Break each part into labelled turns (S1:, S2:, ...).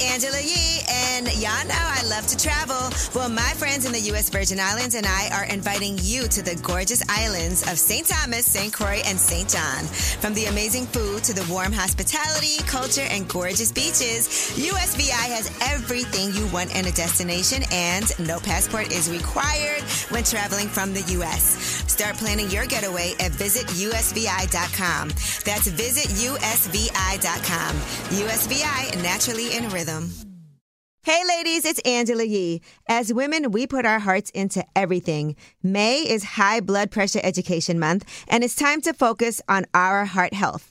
S1: Angela Yee, and y'all know I love to travel. Well, my friends in the U.S. Virgin Islands and I are inviting you to the gorgeous islands of St. Thomas, St. Croix, and St. John. From the amazing food to the warm hospitality, culture, and gorgeous beaches, USVI has everything you want in a destination, and no passport is required when traveling from the U.S. Start planning your getaway at visitusvi.com. That's visitusvi.com. USVI, naturally in rhythm. Hey, ladies, it's Angela Yee. As women, we put our hearts into everything. May is High Blood Pressure Education Month, and it's time to focus on our heart health.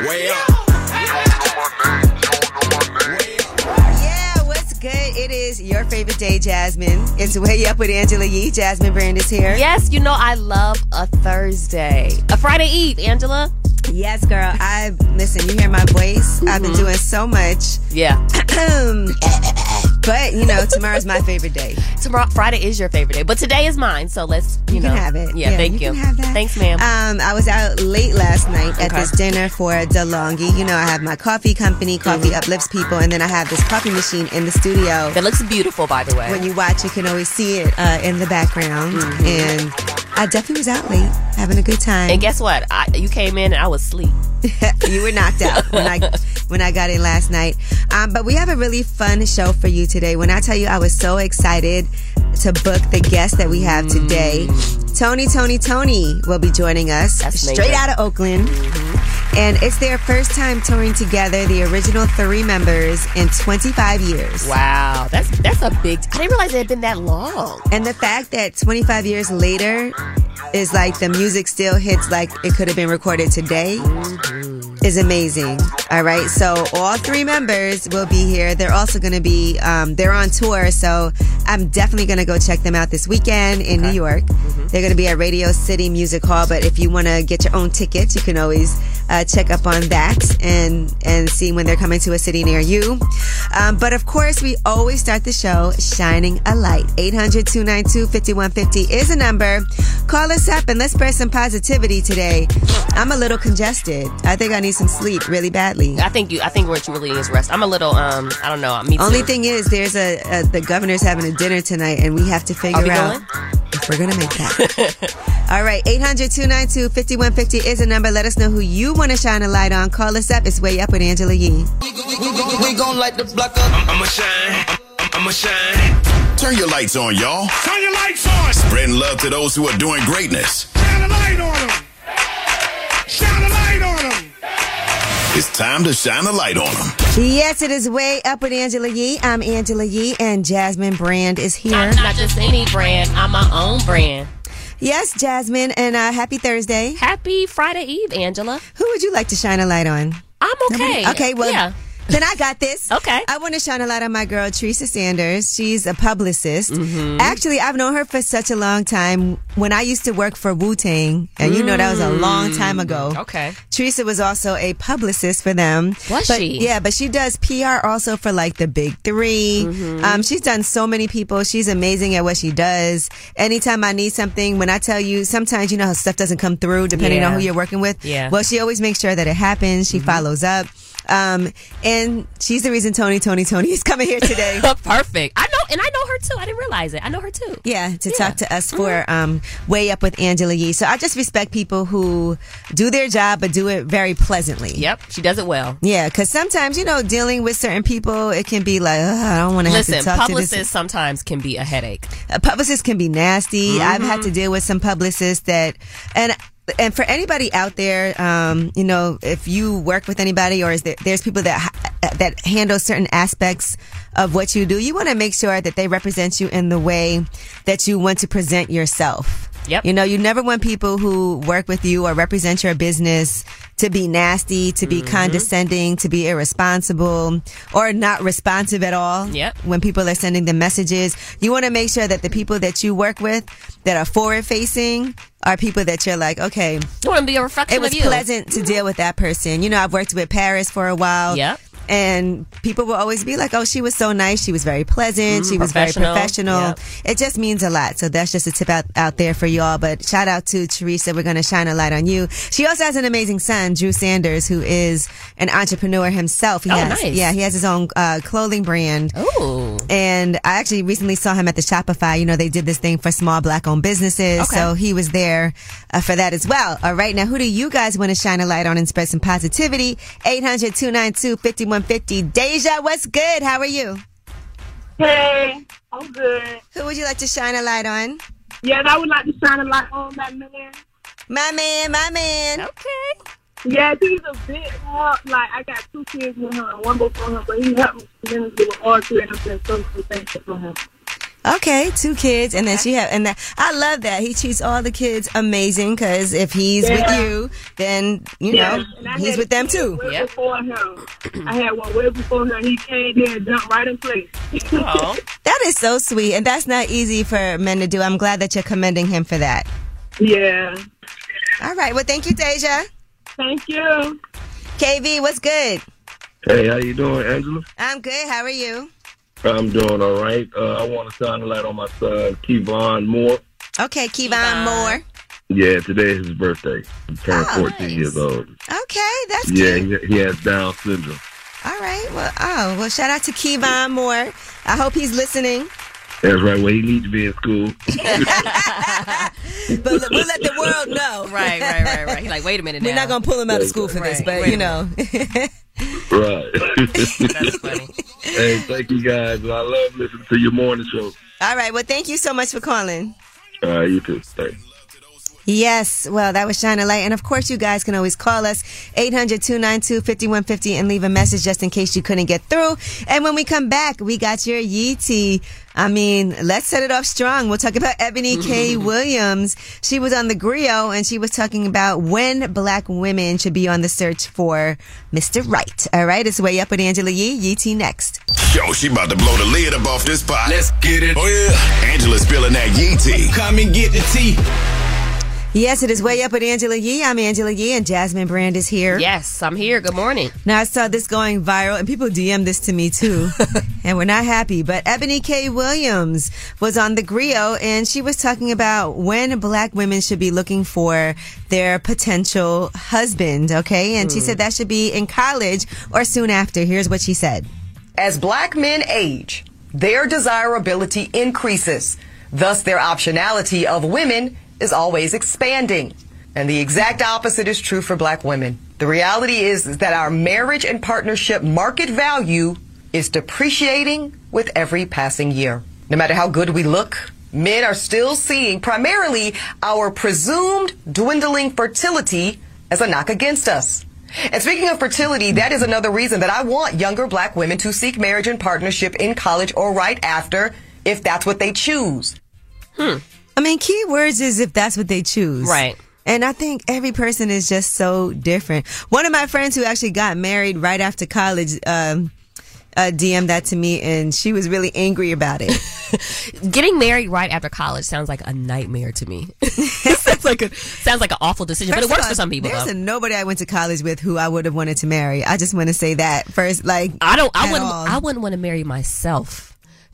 S2: Way up.
S1: Yeah, what's good? It is your favorite day, Jasmine. It's way up with Angela Yee. Jasmine Brand is here.
S3: Yes, you know I love a Thursday. A Friday Eve, Angela.
S1: Yes, girl. I listen. You hear my voice?
S3: Mm-hmm.
S1: I've been doing so much.
S3: Yeah.
S1: but you know, tomorrow's my favorite day.
S3: Tomorrow Friday is your favorite day, but today is mine, so let's you,
S1: You
S3: know
S1: can have it.
S3: Yeah, thank you.
S1: Can have that.
S3: Thanks, ma'am.
S1: Um, I was out late last night at
S3: Okay.
S1: this dinner for DeLonghi. You know, I have my coffee company, Coffee Uplifts People, and then I have this coffee machine in the studio.
S3: Mm-hmm. that looks beautiful, by the way. Mm-hmm.
S1: When you watch, you can always see it uh, in the background. And I definitely was out late, having a good time.
S3: and guess what? I, you came in and I was asleep.
S1: you were knocked out when I when I got in last night. Um, but we have a really fun show for you today. When I tell you, I was so excited to book the guest that we have today. Tony, Tony, Tony will be joining us
S3: Mm. That's amazing. Mm-hmm.
S1: straight out of Oakland. And it's their first time touring together, the original three members, in 25 years.
S3: Wow, that's that's a big. I didn't realize it had been that long.
S1: And the fact that 25 years later is like the music still hits like it could have been recorded today
S3: Mm-hmm.
S1: is amazing. All right. So all three members will be here. They're also going to be, um, they're on tour. So I'm definitely going to go check them out this weekend in New York. They're going to be at Radio City Music Hall. But if you want to get your own tickets, you can always uh, check up on that and, and see when they're coming to a city near you. Um, but of course, we always start the show shining a light. 800 292 5150 is a number. Call us up and let's spread some positivity today. I'm a little congested. I think I need some sleep really badly.
S3: I think you. I think what you really need is rest. I'm a little. Um, I don't know. Me too.
S1: Only thing is, there's a, a the governor's having a dinner tonight, and we have to
S3: Are we
S1: figure out
S3: going?
S1: if we're gonna make that. All right, 800 292 5150 is the number. Let us know who you want to shine a light on. Call us up. It's way up with Angela Yee.
S4: We gon' light the block up.
S2: I'ma shine. I'ma shine.
S5: Turn your lights on, y'all.
S6: Turn your lights on.
S5: Spreading love to those who are doing greatness.
S6: Shine a light on them. Shine a light on them.
S5: It's time to shine a light on them.
S1: Yes, it is way up with Angela Yee. I'm Angela Yee, and Jasmine Brand is here.
S3: I'm not just any brand. I'm my own brand.
S1: Yes, Jasmine, and uh, happy Thursday.
S3: Happy Friday Eve, Angela.
S1: Who would you like to shine a light on?
S3: I'm okay.
S1: Okay, well,
S3: yeah.
S1: then I got this.
S3: Okay.
S1: I want to shine a light on my girl, Teresa Sanders. She's a publicist.
S3: Mm-hmm.
S1: Actually, I've known her for such a long time. When I used to work for Wu Tang, and you know that was a long time ago.
S3: Mm. Okay.
S1: Teresa was also a publicist for them.
S3: Was
S1: But-
S3: she?
S1: Yeah, but she does PR also for like the big 3
S3: Mm-hmm.
S1: Um, she's done so many people. She's amazing at what she does. Anytime I need something, when I tell you, sometimes you know how stuff doesn't come through depending on
S3: Yeah. Mm-hmm.
S1: who you're working with.
S3: Yeah.
S1: Well, she always makes sure that it happens. She follows up. Um, and she's the reason Tony, Tony, Tony is coming here today.
S3: Perfect. I know, and I know her too. I didn't realize it. I know her too.
S1: Yeah, to talk to us for
S3: Mm-hmm.
S1: um, Way Up with Angela Yee. So I just respect people who do their job but do it very pleasantly.
S3: Yep, she does it well.
S1: Yeah, because sometimes, you know, dealing with certain people, it can be like, "Ugh, I don't want to have to
S3: Listen,
S1: talk to
S3: publicists
S1: this.
S3: sometimes can be a headache.
S1: Uh, Publicists can be nasty. I've had to deal with some publicists that, and and for anybody out there, um, you know, if you work with anybody or is there, there's people that ha- that handle certain aspects of what you do, you want to make sure that they represent you in the way that you want to present yourself.
S3: Yep.
S1: You know, you never want people who work with you or represent your business to be nasty, to be condescending, to be irresponsible, or not responsive at all.
S3: Yep.
S1: When people are sending the messages, you want to make sure that the people that you work with that are forward facing are people that you're like, okay,
S3: You want to be a reflection
S1: it was
S3: of you.
S1: pleasant to deal with that person. You know, I've worked with Paris for a while.
S3: Yep.
S1: And people will always be like, oh, she was so nice. She was very pleasant. she was very
S3: Mm-hmm. professional.
S1: professional.
S3: Yep.
S1: It just means a lot. So that's just a tip out, out there for y'all. But shout out to Teresa. We're going to shine a light on you. She also has an amazing son, Drew Sanders, who is an entrepreneur himself. He
S3: Oh,
S1: has,
S3: nice.
S1: Yeah, he has his own uh, clothing brand.
S3: Ooh.
S1: And I actually recently saw him at the Shopify. You know, they did this thing for small black owned businesses.
S3: Okay.
S1: So he was there uh, for that as well. All right. Now, who do you guys want to shine a light on and spread some positivity? 800 292 5150. Deja, what's good? How are you?
S7: Hey, I'm good.
S1: Who would you like to shine a light on?
S7: Yes, I would like to shine a light on that man.
S1: My man, my man.
S3: Okay.
S7: Yes, he's a big help. Like, I got two kids with him, one before him, but he helped me tremendously with all three, and I've been so, so thankful for him.
S1: Okay, two kids, and then she have, and that I love that he treats all the kids amazing. Because if he's with
S7: Yeah.
S1: you, then you know
S7: Yes, and I
S1: he's
S7: had
S1: with them
S7: kids
S1: too.
S7: Way
S3: Yep.
S7: before him. I had one way before him. He came there and jumped right in place.
S3: Oh.
S1: That is so sweet, and that's not easy for men to do. I'm glad that you're commending him for that.
S7: yeah.
S1: All right, well, thank you, Deja.
S7: Thank you.
S1: KV, what's good?
S8: Hey, how you doing, Angela?
S1: I'm good. How are you?
S8: I'm doing all right. Uh, I want to shine a light on my son, Kevon Moore.
S1: Okay, Kevon Moore.
S8: Yeah, today is his birthday. He turned
S1: Oh,
S8: 14 years old.
S1: Okay, that's
S8: Yeah,
S1: cute.
S8: he, he has Down syndrome.
S1: All right, well, oh, well, shout out to Kevon Moore. I hope he's listening.
S8: That's right where he needs to be in school.
S1: But l- we'll let the world know.
S3: Right, right, right, right. He's like, wait a minute now.
S1: We're not gonna pull him out of school for this,
S3: Right,
S1: but
S3: right.
S1: you know.
S8: right.
S3: That's funny.
S8: hey, thank you guys. I love listening to your morning show.
S1: All right, well, thank you so much for calling.
S8: All right, you too. Thanks.
S1: Yes, well, that was Shine a Light. And of course, you guys can always call us 800 292 5150 and leave a message just in case you couldn't get through. And when we come back, we got your Yee Tea. I mean, let's set it off strong. We'll talk about Ebony K. Williams. She was on the griot and she was talking about when black women should be on the search for Mr. Right. All right, it's Way Up with Angela Yee. Yee Tea next.
S5: Yo, she about to blow the lid up off this pot.
S2: Let's get it.
S5: Oh, yeah. Angela's spilling that yee tea.
S2: Come and get the tea.
S1: Yes, it is Way Up with Angela Yee. I'm Angela Yee and Jasmine Brand is here.
S3: Yes, I'm here. Good morning.
S1: Now I saw this going viral, and people DM this to me too, and we're not happy. But Ebony K. Williams was on the griot, and she was talking about when Black women should be looking for their potential husband. Okay, and she said
S3: Hmm.
S1: that should be in college or soon after. Here's what she said.
S9: As black men age, their desirability increases. Thus, their optionality of women is always expanding. And the exact opposite is true for black women. The reality is, is that our marriage and partnership market value is depreciating with every passing year. No matter how good we look, men are still seeing primarily our presumed dwindling fertility as a knock against us. And speaking of fertility, that is another reason that I want younger black women to seek marriage and partnership in college or right after if that's what they choose.
S3: Hmm.
S1: I mean, key words is if that's what they choose.
S3: Right.
S1: And I think every person is just so different. One of my friends who actually got married right after college, um, uh, DM'd that to me and she was really angry about it.
S3: Getting married right after college sounds like a nightmare to me. sounds like a sounds like an awful decision, but it
S1: First of
S3: works
S1: all,
S3: for some people.
S1: There's
S3: Though.
S1: a nobody I went to college with who I would have wanted to marry. I just want to say that first. Like
S3: I don't. I
S1: at
S3: wouldn't.
S1: all.
S3: I wouldn't want to marry myself.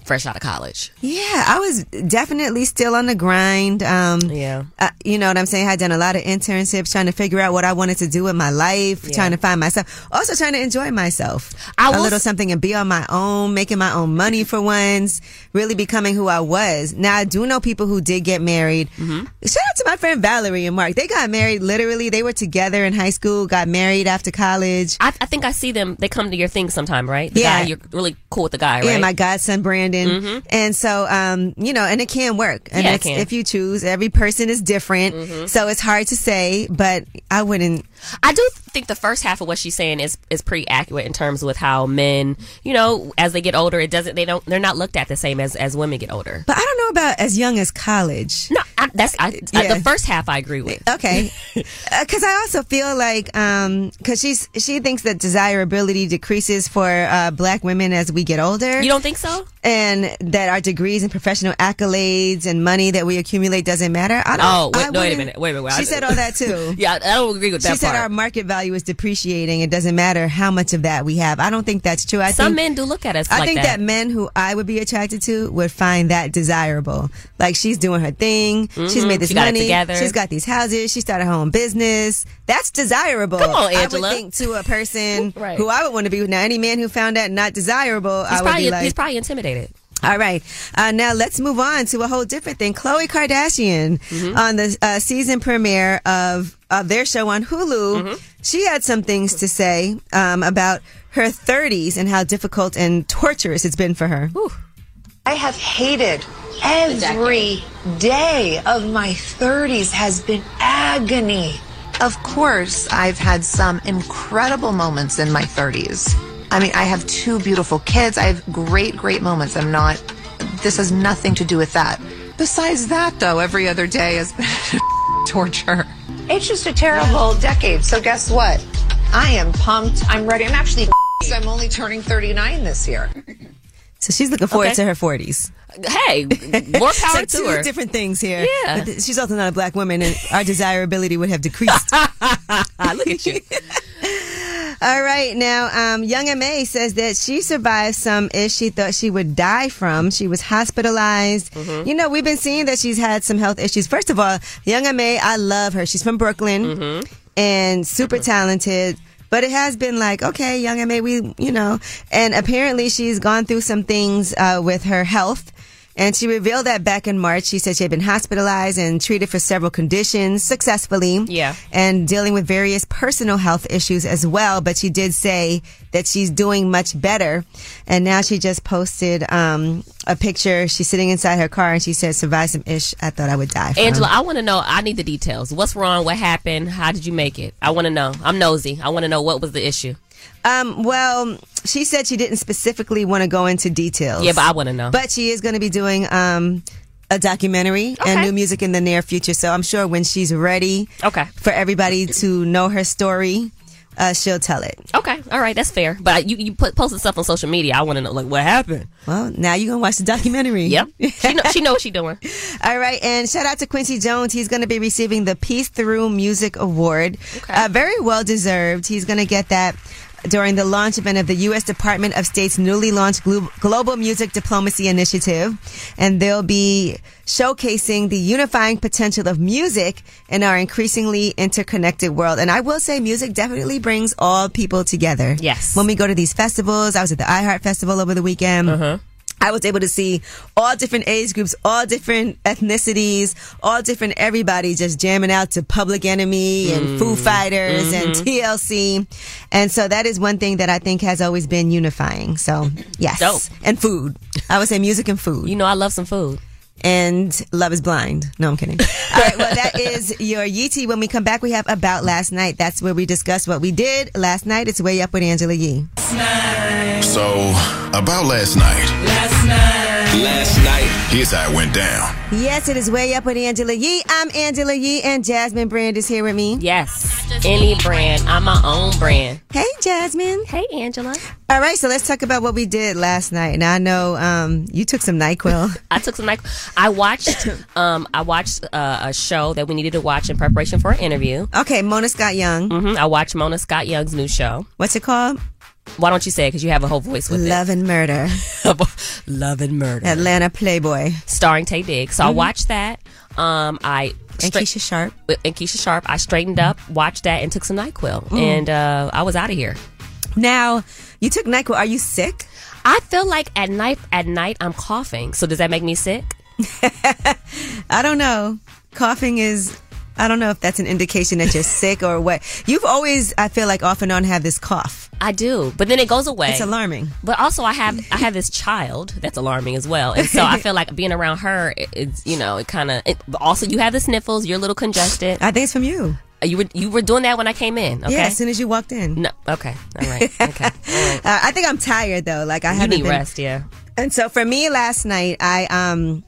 S3: fresh out of college.
S1: Yeah, I was definitely still on the grind. Um, yeah, you know what I'm saying. I had done a lot of internships, trying to figure out what I wanted to do with my life,
S3: Yeah.
S1: trying to find myself, also trying to enjoy myself
S3: I
S1: a
S3: will
S1: little
S3: s-
S1: something and be on my own, making my own money for once, really becoming who I was. Now I do know people who did get married.
S3: Mm-hmm.
S1: Shout out to my friend Valerie and Mark. They got married literally. They were together in high school, got married after college.
S3: I, I think I see them. They come to your thing sometime, right? The
S1: Yeah.
S3: guy, you're really cool with the guy, right?
S1: Yeah, my godson Brandon.
S3: Mhm.
S1: And so, um, you know, and it can work. And
S3: Yeah, it
S1: it's-
S3: can.
S1: if you choose, every person is different.
S3: Mhm.
S1: So it's hard to say, but I wouldn't.
S3: I do think the first half of what she's saying is is pretty accurate in terms with how men, you know, as they get older, it doesn't they don't they're not looked at the same as as women get older.
S1: But I don't know about as young as college.
S3: No, I, that's I, I-
S1: Yeah.
S3: Uh, the first half I agree with.
S1: Okay. Because I also feel like, because she's she thinks that desirability decreases for uh, black women as we get older.
S3: You don't think so?
S1: And that our degrees and professional accolades and money that we accumulate doesn't matter. I don't,
S3: oh,
S1: I
S3: wait, no, wait a
S1: wouldn't-
S3: minute, wait a minute. wait,
S1: She
S3: I-
S1: said all that too.
S3: yeah, I don't agree with that
S1: she said
S3: part.
S1: our market value is depreciating. It doesn't matter how much of that we have. I don't think that's true. I
S3: Some
S1: think,
S3: men do look at us
S1: I
S3: like
S1: think
S3: that.
S1: that. men who I would be attracted to would find that desirable. Like she's doing her thing. She's
S3: Mhm.
S1: made this
S3: She got it
S1: money.
S3: together.
S1: She's got these houses. She started her own business. That's desirable.
S3: Come on,
S1: I
S3: Angela.
S1: would think to a person
S3: Right.
S1: who I would want to be with. Now, any man who found that not desirable,
S3: he's
S1: I would
S3: probably
S1: be like,
S3: he's probably intimidated.
S1: all right. Uh, now let's move on to a whole different thing. Khloe Kardashian
S3: Mm-hmm.
S1: on the uh, season premiere of, of their show on Hulu,
S3: Mm-hmm.
S1: she had some things to say um, about her 30s and how difficult and torturous it's been for her.
S10: I have hated every day of my 30s has been agony. Of course, I've had some incredible moments in my 30s. I mean, I have two beautiful kids. I have great, great moments. I'm not, this has nothing to do with that. Besides that, though, every other day has been torture. It's just a terrible decade. So, guess what? I am pumped. I'm ready. I'm actually, I'm only turning 39 this year.
S1: So she's looking forward
S10: Okay.
S1: to her 40s.
S3: Hey, more power
S1: so
S3: to
S1: two
S3: her.
S1: different things here.
S3: Yeah.
S1: But th- she's also not a black woman, and our desirability would have decreased.
S3: Look at you.
S1: All right, now um, Young Ma says that she survived some ish she thought she would die from. She was hospitalized.
S11: Mhm.
S1: You know, we've been seeing that she's had some health issues. First of all, Young Ma, I love her. She's from Brooklyn and super talented. But it has been like, okay, Young Ma, we, you know, and apparently she's gone through some things uh, with her health. And she revealed that back in March, she said she had been hospitalized and treated for several conditions successfully
S3: Yeah.
S1: and dealing with various personal health issues as well. But she did say that she's doing much better. And now she just posted um, a picture. She's sitting inside her car and she said, survived some ish. I thought I would die. From.
S3: Angela, I want to know. I need the details. What's wrong? What happened? How did you make it? I want to know. I'm nosy. I want to know what was the issue.
S1: Um, well, she said she didn't specifically want to go into details.
S3: Yeah, but I wanna know.
S1: But she is going to be doing um, a documentary and new music in the near future. So I'm sure when she's ready
S3: okay.
S1: for everybody to know her story, uh, she'll tell it.
S3: Okay, all right, that's fair. But you you put, posted stuff on social media. I want to know like what happened.
S1: Well, now you're going to watch the documentary.
S3: Yep, she know, she know what she doing.
S1: All right, and shout out to Quincy Jones. He's going to be receiving the Peace Through Music Award. Uh, very well deserved. He's going to get that during the launch event of the U.S. Department of State's newly launched Glo- Global Music Diplomacy Initiative. And they'll be showcasing the unifying potential of music in our increasingly interconnected world. And I will say, music definitely brings all people together. Yes. When we go to these festivals, I was at the iHeart Festival over the weekend. I was able to see all different age groups, all different ethnicities, all different everybody just jamming out to Public Enemy and
S3: Mm.
S1: Foo Fighters and
S3: Mhm.
S1: TLC. And so that is one thing that I think has always been unifying. So, yes.
S3: Dope.
S1: And food. I would say music and food. You
S3: know, I love some food.
S1: And Love is Blind. No, I'm kidding. All right, well, that is your Yeetie. When we come back, we have About Last Night. That's where we discuss what we did last night. It's Way Up with Angela Yee.
S5: So, about last night. Last night. Last night. Here's how it went down.
S1: Yes, it is way up with Angela Yee. I'm Angela Yee, and Jasmine Brand is here with me.
S3: Yes, any brand. I'm my own brand.
S1: Hey, Jasmine.
S3: Hey, Angela.
S1: All right, so let's talk about what we did last night. Now I know um, you took some Nyquil.
S3: I took some like I watched um I watched uh, a show that we needed to watch in preparation for an interview. Mm-hmm.
S1: Okay, Mona Scott Young.
S3: hmm I watched Mona Scott Young's new show.
S1: What's it called?
S3: Why don't you say it? Because you have a whole voice with
S1: Love and Murder.
S3: it. Love and Murder.
S1: Atlanta Playboy.
S3: Starring Tay Diggs. So I
S1: Mhm.
S3: watched that. Um, I
S1: And Keisha
S3: Sharp. And Keisha Sharp. I straightened up, watched that, and took some NyQuil.
S1: Mm.
S3: And uh, I was out of here.
S1: Now, you took NyQuil. Are you sick?
S3: I feel like at night, at night, I'm coughing. So does that make me sick?
S1: I don't know. Coughing is. I don't know if that's an indication that you're sick or what. You've always, I feel like, off and on have this cough.
S3: I do, but then it goes away.
S1: It's alarming.
S3: But also, I have I have this child that's alarming as well, and so I feel like being around her, it, it's you know, it kind of. Also, you have the sniffles. You're a little congested. Uh,
S1: I think it's from you.
S3: You were you were doing that when I came in. Okay.
S1: Yeah, as soon as you walked in.
S3: No. Okay. All right. Okay.
S1: Uh, I think I'm tired though. Like I
S3: you
S1: haven't
S3: need
S1: been-
S3: rest. Yeah.
S1: And so for me last night, I um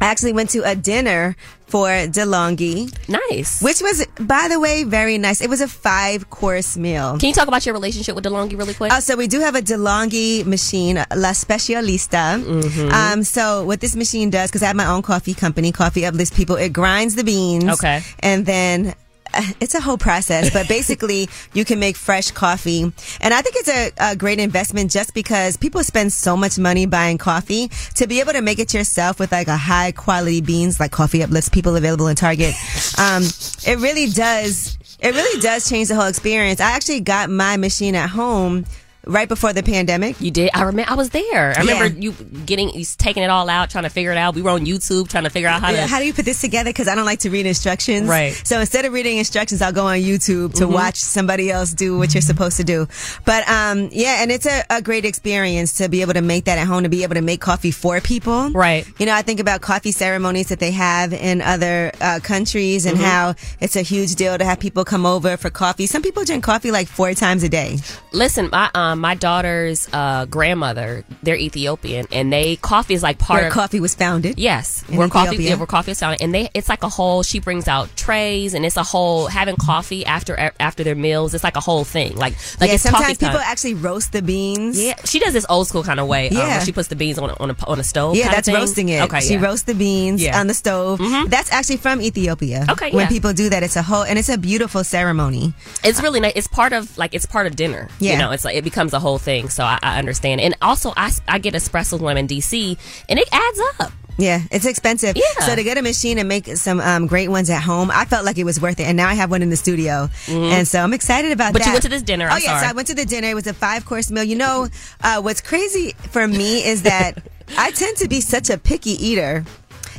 S1: I actually went to a dinner for DeLonghi.
S3: Nice.
S1: Which was, by the way, very nice. It was a five course meal.
S3: Can you talk about your relationship with DeLonghi really quick?
S1: Uh, so we do have a DeLonghi machine, La Specialista.
S3: Mm-hmm.
S1: Um, so what this machine does, because I have my own coffee company, Coffee Uplifts People, it grinds the beans.
S3: Okay.
S1: And then uh, it's a whole process, but basically you can make fresh coffee. And I think it's a, a great investment just because people spend so much money buying coffee to be able to make it yourself with like a high quality beans, like Coffee Uplifts People available in Target. Um, it really does. It really does change the whole experience. I actually got my machine at home right before the pandemic.
S3: You did. I remember. I was there. I remember
S1: Yeah.
S3: you getting you taking it all out, trying to figure it out. We were on YouTube trying to figure out how to.
S1: Yeah, how do you put this together? Because I don't like to read instructions.
S3: Right.
S1: So instead of reading instructions, I'll go on YouTube to
S3: Mhm.
S1: watch somebody else do what you're supposed to do. But um, yeah, and it's a, a great experience to be able to make that at home, to be able to make coffee for people.
S3: Right.
S1: You know, I think about coffee ceremonies that they have in other uh, countries and
S3: Mhm.
S1: how it's a huge deal to have people come over for coffee. Some people drink coffee like four times a day.
S3: Listen, my um, my daughter's uh, grandmother, they're Ethiopian, and they coffee is like part
S1: Where
S3: of
S1: coffee was founded.
S3: Yes,
S1: in
S3: we're coffee.
S1: Ethiopia.
S3: Yeah, we're coffee salad, and they it's like a whole. She brings out trays, and it's a whole having coffee after after their meals. It's like a whole thing. Like like
S1: yeah,
S3: it's
S1: sometimes
S3: coffee time.
S1: people actually roast the beans.
S3: yeah, she does this old school kind of way. um, where
S1: Yeah.
S3: she puts the beans on a, on a on a stove.
S1: Yeah,
S3: kinda
S1: that's
S3: thing.
S1: roasting it.
S3: Okay,
S1: she
S3: yeah.
S1: roasts the beans
S3: Yeah. Mm-hmm.
S1: on the stove. That's actually from Ethiopia.
S3: Okay,
S1: when
S3: yeah.
S1: people do that, it's a whole and it's a beautiful ceremony.
S3: It's really nice. It's part of like it's part of dinner.
S1: Yeah.
S3: you know, it's like it becomes a whole thing. So I, I understand, and also I s- I get espresso when I'm in DC, and it adds up.
S1: Yeah, it's expensive.
S3: Yeah.
S1: So to get a machine and make some um, great ones at home, I felt like it was worth it, and now I have one in the studio,
S3: Mhm.
S1: and so I'm excited about
S3: But
S1: that.
S3: you went to this dinner,
S1: Oh
S3: I'm
S1: yeah,
S3: sorry.
S1: so I went to the dinner. It was a five course meal. You know, uh, what's crazy for me is that I tend to be such a picky eater.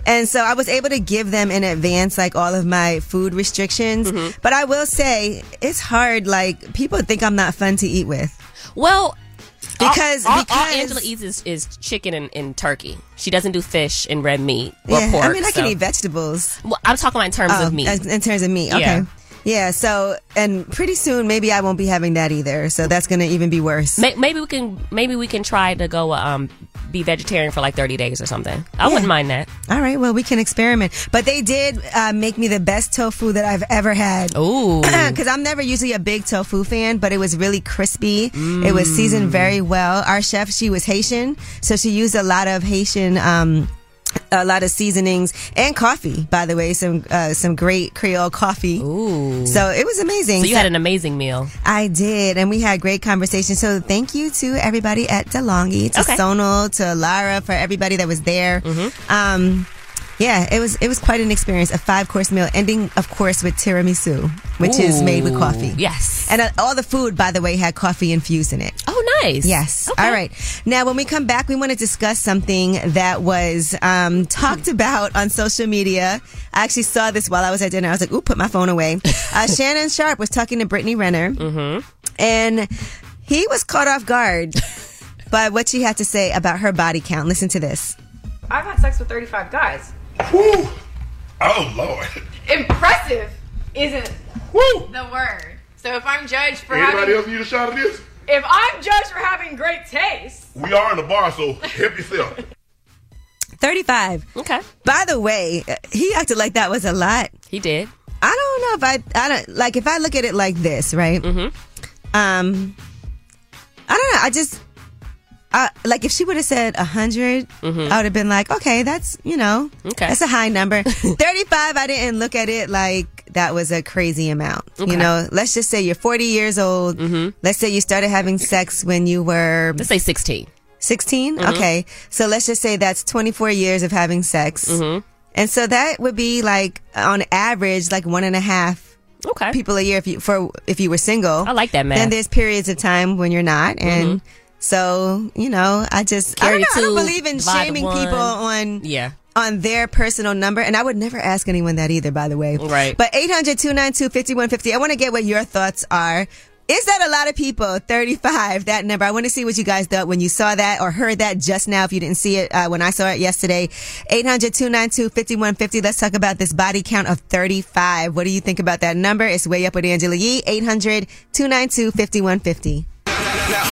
S1: And so I was able to give them in advance, like all of my food restrictions.
S3: Mm-hmm.
S1: But I will say, it's hard. Like people think I'm not fun to eat with.
S3: Well,
S1: because
S3: all, all-
S1: because
S3: all Angela eats is, is chicken and, and turkey. She doesn't do fish and red meat or
S1: yeah,
S3: pork.
S1: I mean, I can
S3: so-
S1: eat vegetables.
S3: Well, I'm talking about in terms
S1: Oh,
S3: of meat.
S1: as- in terms of meat, okay.
S3: Yeah.
S1: Yeah. so and pretty soon maybe I won't be having that either. So that's going to even be worse.
S3: May- Maybe we can maybe we can try to go um be vegetarian for like 30 days or something. I
S1: Yeah.
S3: wouldn't mind that.
S1: All right, well we can experiment. But they did uh, make me the best tofu that I've ever had.
S3: Ooh.
S1: Because I'm never usually a big tofu fan, but it was really crispy. It was seasoned very well. Our chef, she was Haitian, so she used a lot of Haitian, um, a lot of seasonings and coffee. By the way, some uh, some great Creole coffee.
S3: Ooh.
S1: So it was amazing.
S3: So you had an amazing meal.
S1: I did, and we had great conversation. So thank you to everybody at DeLonghi, to
S3: Okay. Mm-hmm.
S1: Sonal, to Lara, for everybody that was there. Um, yeah, it was it was quite an experience. A five course meal, ending of course with tiramisu, which is made with
S3: Ooh,
S1: coffee.
S3: Yes.
S1: And uh, all the food, by the way, had coffee infused in it.
S3: Oh, nice.
S1: Yes. All right. Now, when we come back, we want to discuss something that was um, talked about on social media. I actually saw this while I was at dinner. I was like, ooh, put my phone away. Uh, Shannon Sharp was talking to Brittany Renner,
S3: Mm-hmm.
S1: and he was caught off guard by what she had to say about her body count. Listen to this.
S11: I've had sex with 35 guys.
S5: Oh, Lord.
S11: Impressive isn't the word. So if I'm judged for
S5: Anybody else
S11: having
S5: need a shot of this?
S11: if I'm judged for having great taste,
S5: We are in the bar, so help yourself.
S1: 35.
S3: Okay.
S1: By the way, uh, he acted like that was a lot.
S3: He did.
S1: I don't know if I, I don't, like, if I look at it like this, right? Mm hmm. Um, I don't know. I just, I, like, if she would have said 100,
S3: Mhm.
S1: I would have been like, okay, that's, you know,
S3: Okay.
S1: that's a high number. 35, I didn't look at it like, that was a crazy amount.
S3: Okay.
S1: You know, let's just say you're 40 years old. Let's say you started having sex when you were. Let's
S3: say 16.
S1: 16?
S3: Mhm.
S1: Okay. So let's just say that's 24 years of having sex.
S3: Mhm.
S1: And so that would be like, on average, like one and a half.
S3: Okay.
S1: People a year if you for if you were single. I
S3: like that math.
S1: Then there's periods of time when you're not,
S3: Mhm.
S1: and so you know I just Mm-hmm. I don't,
S3: Carry
S1: know, I don't
S3: two,
S1: believe in
S3: divide
S1: shaming
S3: one.
S1: people on
S3: Yeah.
S1: on their personal number. And I would never ask anyone that either, by the way.
S3: Right.
S1: But 800 292 5150, I want to get what your thoughts are. Is that a lot of people, 35, that number? I want to see what you guys thought when you saw that or heard that just now, if you didn't see it uh, when I saw it yesterday. 800 292 5150, let's talk about this body count of 35. What do you think about that number? It's way up with Angela Yee, 800 292 5150.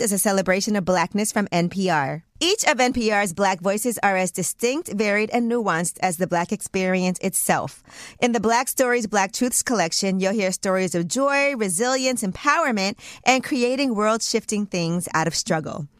S1: is a celebration of blackness from NPR. Each of NPR's black voices are as distinct, varied, and nuanced as the black experience itself. In the Black Stories, Black Truths collection, you'll hear stories of joy, resilience, empowerment, and creating world shifting things out of struggle.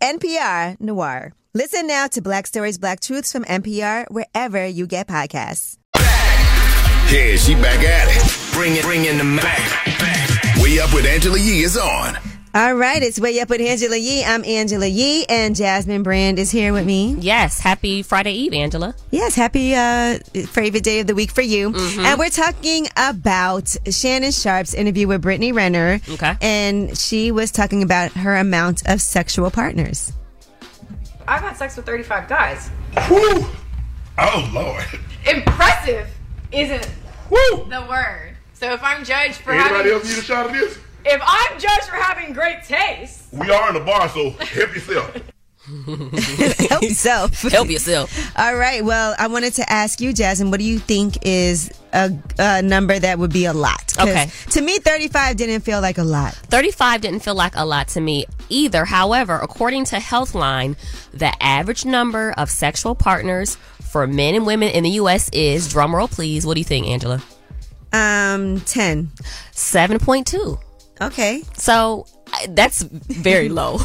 S1: NPR Noir. Listen now to Black Stories, Black Truths from NPR wherever you get podcasts.
S5: Yeah, she back at it. Bring it, bring in the Mac. Way Up with Angela Yee is on.
S1: All right, it's way up with Angela Yee. I'm Angela Yee, and Jasmine Brand is here with me.
S3: Yes, happy Friday Eve, Angela.
S1: Yes, happy uh, favorite day of the week for you.
S3: Mm-hmm.
S1: And we're talking about Shannon Sharp's interview with Brittany Renner.
S3: Okay.
S1: And she was talking about her amount of sexual partners.
S11: I've had sex with 35 guys.
S5: Oh, Lord.
S11: Impressive isn't the word. So if I'm judged for
S8: Anybody
S11: having,
S8: else need a shot of this?
S11: if I'm judged for having great taste,
S8: We are in the bar, so help yourself.
S1: Help yourself.
S3: Help yourself.
S1: All right. Well, I wanted to ask you, Jasmine, what do you think is a, a number that would be a lot? 'Cause
S3: Okay.
S1: To me, 35 didn't feel like a lot.
S3: 35 didn't feel like a lot to me either. However, according to Healthline, the average number of sexual partners for men and women in the U.S. is, drumroll please, what do you think, Angela?
S1: Um, 10.
S3: 7.2.
S1: Okay.
S3: So I- that's very low.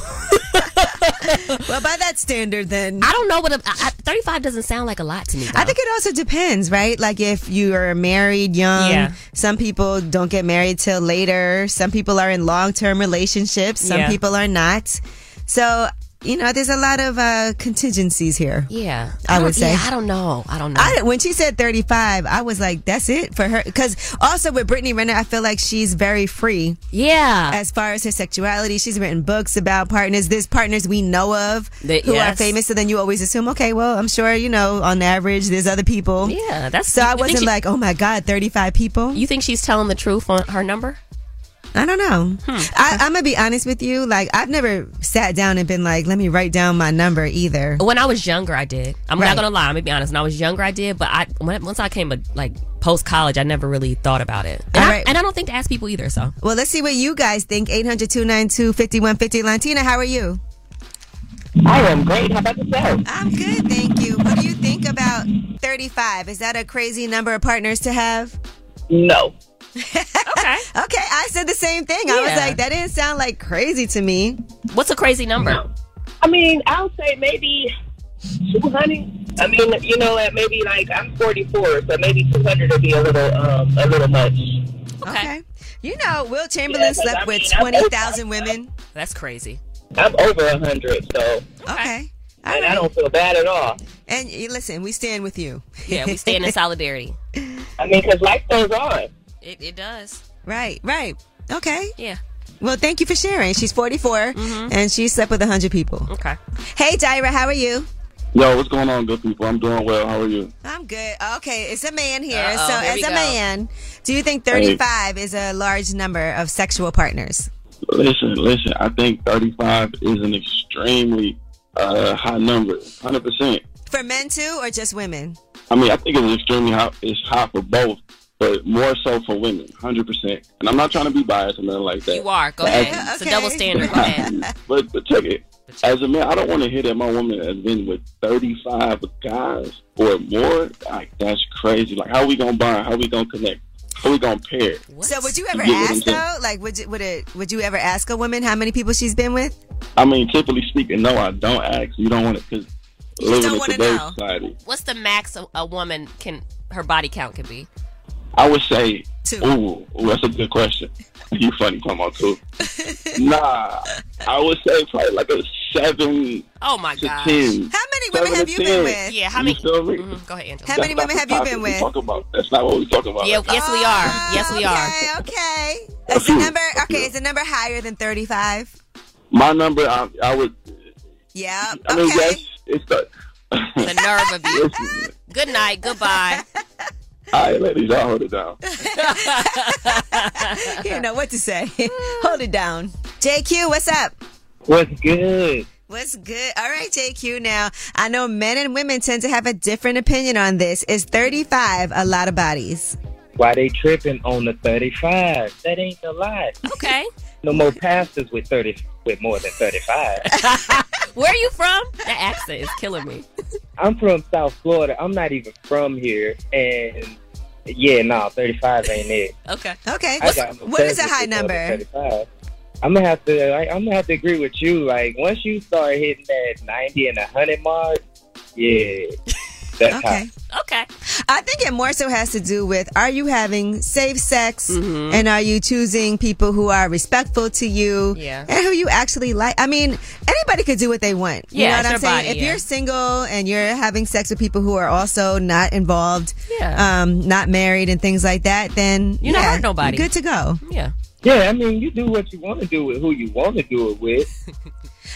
S1: well, by that standard, then.
S3: I don't know what a, I, I- 35 doesn't sound like a lot to me.
S1: I think it also depends, right? Like if you are married young,
S3: Yeah.
S1: some people don't get married till later. Some people are in long term relationships. Some
S3: Yeah.
S1: people are not. So, you know, there's a lot of uh, contingencies here.
S3: Yeah.
S1: I,
S3: don't-
S1: would say.
S3: yeah, I don't know. I don't know.
S1: I- when she said 35, I was like, that's it for her. Because also with Brittany Renner, I feel like she's very free.
S3: Yeah.
S1: As far as her sexuality, she's written books about partners. There's partners we know of
S3: That-
S1: who are
S3: yes.
S1: famous. So then you always assume, okay, well, I'm sure, you know, on average, there's other people.
S3: Yeah, that's-
S1: So
S3: you
S1: I
S3: think
S1: wasn't
S3: she-
S1: like, oh my God, 35 people?
S3: You think she's telling the truth on her number?
S1: I don't know.
S3: Hmm.
S1: I, I'm going to be honest with you. Like, I've never sat down and been like, let me write down my number either.
S3: When I was younger, I did. I'm
S1: Right.
S3: not gonna lie. I'm gonna be honest. When I was younger, I did. But I when, once I came uh, like post college, I never really thought about it. And, I, and I don't think to ask people either. So
S1: Well, let's see what you guys think. 800 292 5150. Lantina, how are you?
S12: I am great. How about yourself?
S1: I'm good, thank you. What do you think about 35? Is that a crazy number of partners to have?
S12: No.
S1: Okay, I said the same thing. I was
S12: Yeah.
S1: like, that didn't sound like crazy to me.
S3: What's a crazy number?
S12: I mean, I would say maybe 200. I mean, you know, at maybe like I'm 44, so maybe 200 would be a little, um, a little much.
S1: Okay. You know, Will Chamberlain
S12: Yeah, 'cause
S1: slept
S12: I
S1: with
S12: mean, I'm-
S1: 20,000 women.
S3: that's crazy.
S12: I'm over 100, so
S1: Okay.
S12: and I don't feel bad at all.
S1: And y- listen, we stand with you.
S3: Yeah, we stand in solidarity.
S12: I mean, because life goes on.
S3: It, it does.
S1: Right, right. Okay.
S3: Yeah.
S1: Well, thank you for sharing. She's 44 and she slept with 100 people.
S3: Okay.
S1: Hey, Jaira, how are you?
S13: Yo, what's going on, good people? I'm doing well. How are you?
S1: I'm good. Okay, it's a man here.
S3: Uh-oh,
S1: so,
S3: here
S1: as
S3: we
S1: a
S3: go.
S1: man, do you think 35 is a large number of sexual partners?
S13: Listen, listen. I think 35 is an extremely uh, high number, 100. percent
S1: For men too, or just women?
S13: I mean, I think it's extremely hot. It's hot for both, but more so for women, 100. percent And I'm not trying to be biased or nothing like that.
S3: You are. Go
S13: But
S3: ahead. It's
S13: as-
S3: a double standard. Go ahead.
S13: but but check it. As a man, I don't want to hear that my woman has been with 35 guys or more. Like that's crazy. Like how we gonna bond? How we gonna connect? How we gonna pair?
S1: So would you ever
S13: get what I'm
S1: ask
S13: saying?
S1: though? Like would you, would it would you ever ask a woman how many people she's been with?
S13: I mean, typically speaking, no, I don't ask. You don't want it because
S3: You just
S13: living
S3: don't
S13: in
S3: wanna
S13: today's
S3: know.
S13: society,
S3: What's the max a, a woman can her body count can be?
S13: I would say,
S3: Two.
S13: ooh, ooh, that's a good question. You funny, come on, too. nah, I would say probably like a seven.
S3: Oh my
S13: to
S3: gosh.
S13: 10.
S1: How many
S13: Seven
S1: women have
S13: to
S1: you
S13: 10.
S1: been with?
S3: Yeah, how
S13: You
S3: many?
S13: feel me?
S1: Mm-hmm.
S3: Mhm, Go ahead, Angela.
S1: How many
S13: That's
S1: women
S13: not
S1: have
S13: the
S1: you
S13: topic
S1: been
S13: we
S1: with?
S13: Talk about that's not what we talking about.
S3: Yeah, yes, we are. Yes, we are.
S1: Okay, okay. Is the number okay? Is the number higher than thirty-five?
S13: My number, I, I would.
S1: Yeah.
S13: I mean, yes, it's the.
S3: The nerve of you. Good night. Goodbye.
S13: All right, ladies, y'all hold it down.
S1: you don't know what to say. Hold it down. JQ, what's up?
S14: What's good?
S1: What's good? All right, JQ. Now I know men and women tend to have a different opinion on this. Is thirty-five a lot of bodies?
S14: Why they tripping on the 35? That ain't a lot.
S3: Okay.
S14: No more pastors with 30 with more than 35.
S3: Where are you from? That accent is killing me.
S14: I'm from South Florida. I'm not even from here and yeah, no, 35 ain't it.
S3: Okay.
S1: Okay.
S14: I
S1: What's-
S14: got no
S1: what is a
S14: pastors
S1: high
S14: with more than
S1: number?
S14: 35. I'm gonna have to. I, I'm gonna have to agree with you. Like once you start hitting that 90 and 100 mark, yeah, that's high.
S3: Okay.
S1: I think it more so has to do with are you having safe sex
S3: Mm-hmm.
S1: and are you choosing people who are respectful to you
S3: Yeah.
S1: and who you actually like? I mean, anybody could do what they want.
S3: Yeah,
S1: you know what
S3: it's
S1: I'm
S3: your
S1: saying?
S3: body,
S1: if
S3: yeah.
S1: you're single and you're having sex with people who are also not involved,
S3: Yeah.
S1: um, not married and things like that, then
S14: You're not
S1: yeah,
S14: hurting nobody.
S1: Good to go.
S3: Yeah.
S14: Yeah, I mean, you do what you want to do with who you want to do it with.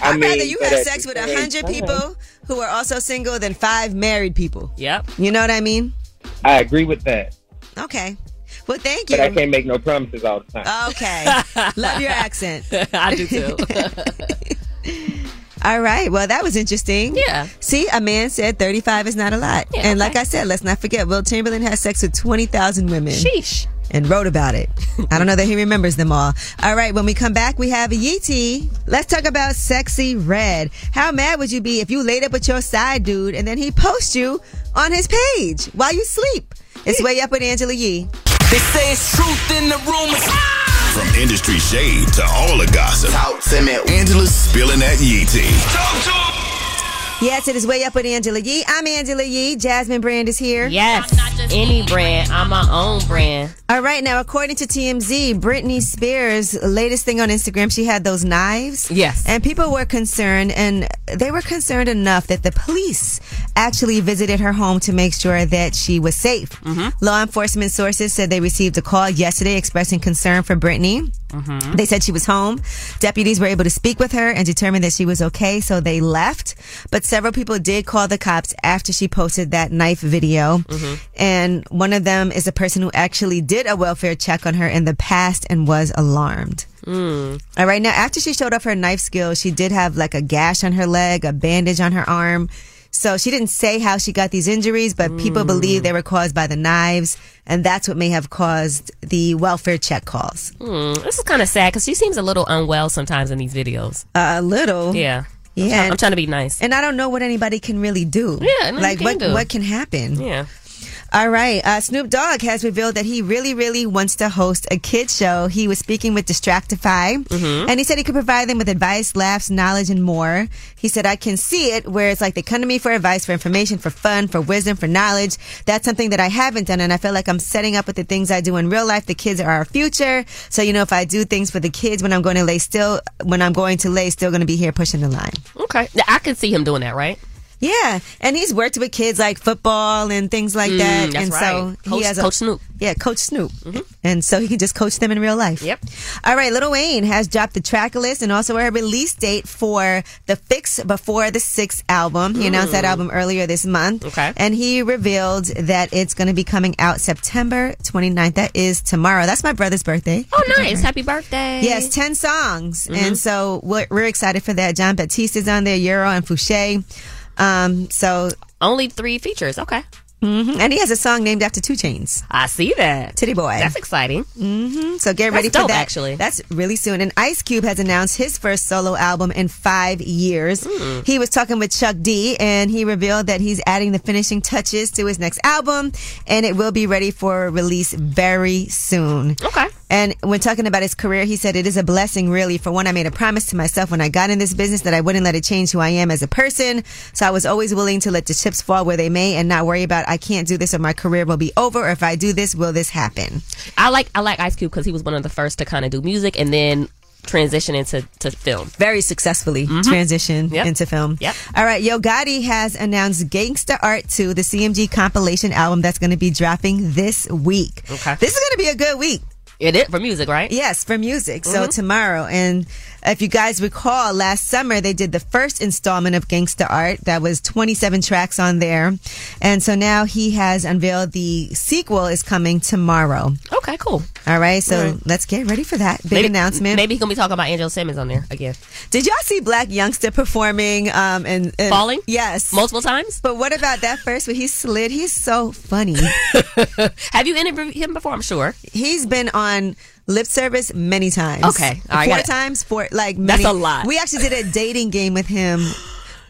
S14: I
S1: I'd
S14: mean,
S1: rather you
S14: but
S1: have
S14: at
S1: sex
S14: the
S1: with
S14: same
S1: hundred
S14: time-
S1: people who are also single than five married people.
S3: Yep.
S1: You know what I mean?
S14: I agree with that,
S1: Okay. Well, thank you. Uh,
S14: but I can't make no promises all the time.
S1: Okay. Love your accent.
S3: I do too.
S1: All right. Well, that was interesting. Yeah. See, a man said 35 is not a lot. and like I said, let's not forget, Will Chamberlain had sex with 20,000 women.
S3: Sheesh.
S1: And wrote about it. I don't know that he remembers them all. All right. When we come back, we have Yeetie. Let's talk about sexy red. How mad would you be if you laid up with your side dude and then he posts you on his page while you sleep? It's way up with Angela Yee.
S4: They say it's truth in the rumors.
S5: From industry shade to all the gossip. Talk to me. Angela's spilling that yee tea.
S1: Yes, it is way up with Angela Yee. I'm Angela Yee. Jasmine Brand is here.
S3: Yes. Any brand. I'm my own brand.
S1: All right, now according to TMZ, Britney Spears' latest thing on Instagram, she had those knives.
S3: Yes.
S1: And people were concerned, and they were concerned enough that the police actually visited her home to make sure that she was safe.
S3: Mm-hmm.
S1: Law enforcement sources said they received a call yesterday expressing concern for Britney.
S7: Mm-hmm.
S15: Mhm.
S1: They said she was home. Deputies were able to speak with her and determine that she was okay, so they left. But several people did call the cops after she posted that knife video.
S15: Mhm.
S1: And one of them is a person who actually did a welfare check on her in the past and was alarmed.
S3: Mm.
S1: All right, now after she showed off her knife skills, she did have like a gash on her leg, a bandage on her arm. So she didn't say how she got these injuries, but people believe they were caused by the knives, and that's what may have caused the welfare check calls.
S3: Hmm. This is kind of sad because she seems a little unwell sometimes in these videos.
S1: A little.
S3: Yeah. I'm
S1: Yeah.
S3: try- I'm trying to be nice.
S1: And I don't know what anybody can really do.
S3: Yeah, no, you
S1: like what
S3: can't do.
S1: what can happen?
S3: Yeah.
S1: All right. Uh, Snoop Dogg has revealed that he really, really wants to host a kids show. He was speaking with Distractify,
S15: Mhm.
S1: and he said he could provide them with advice, laughs, knowledge, and more. He said, "I can see it where it's like they come to me for advice, for information, for fun, for wisdom, for knowledge. That's something that I haven't done, and I feel like I'm setting up with the things I do in real life. The kids are our future, so you know, if I do things for the kids when I'm going to lay still, when I'm going to lay still, going to be here pushing the line."
S3: Okay. Yeah, I can see him doing that, right?
S1: Yeah, and he's worked with kids like football and things like
S3: Mm,
S1: that.
S3: that's
S1: and
S3: right.
S1: so
S3: Coach-
S1: he has a,
S3: Coach Snoop. Mm-hmm.
S1: Yeah, Coach Snoop. And so he can just coach them in real life. Yep. All right, Little Wayne has dropped the track list and also her release date for the Fix Before the Six album. He announced
S3: Hmm.
S1: that
S15: Mm.
S1: album earlier this month.
S15: Okay.
S1: And he revealed that it's going to be coming out September 29th. That is tomorrow. That's my brother's birthday.
S3: Oh, nice. Happy birthday.
S1: Yes, 10 songs.
S3: Mhm.
S1: And so we're, we're excited for that. John Baptiste is on there, Euro and Fouché. Um, so
S3: only three features. Okay.
S1: hmm And he has a song named after Two Chains.
S3: I see that.
S1: Titty Boy.
S3: That's exciting.
S1: hmm So get
S3: That's
S1: ready for
S3: dope,
S1: that.
S3: actually.
S1: that's really soon. And Ice Cube has announced his first solo album in five years.
S3: Hmm.
S15: Mm.
S1: He was talking with Chuck D, and he revealed that he's adding the finishing touches to his next album, and it will be ready for release very soon.
S3: Okay.
S1: And when talking about his career, he said, It is a blessing, really. For one, I made a promise to myself when I got in this business that I wouldn't let it change who I am as a person. So I was always willing to let the chips fall where they may and not worry about, I can't do this or my career will be over, or if I do this, will this happen?
S3: I like I like Ice Cube because he was one of the first to kind of do music and then transition into to film. Mm-hmm.
S1: Very successfully transition into film.
S3: Yep.
S1: All right, Yo Gotti has announced Gangsta Art 2, the CMG compilation album that's going to be dropping this week.
S3: Okay.
S1: This is going to be a good week.
S3: It is for music, right?
S1: Yes, for music. So
S3: Mhm.
S1: tomorrow, and if you guys recall, last summer they did the first installment of Gangsta Art. That was 27 tracks on there, and so now he has unveiled the sequel is coming tomorrow.
S3: Okay, cool.
S1: All right, so
S3: All right.
S1: let's get ready for that big
S3: Maybe-
S1: announcement.
S3: Maybe he's gonna be talking about Angela Simmons on there again.
S1: Did y'all see Black Youngster performing um, and, and
S3: Falling?
S1: Yes,
S3: multiple times.
S1: But what about that first when he slid? He's so funny.
S3: Have you interviewed him before? I'm sure.
S1: He's been on lip service many times.
S3: Okay. All right,
S1: four
S3: got it.
S1: times. Four like
S3: That's
S1: many.
S3: a lot.
S1: We actually did a dating game with him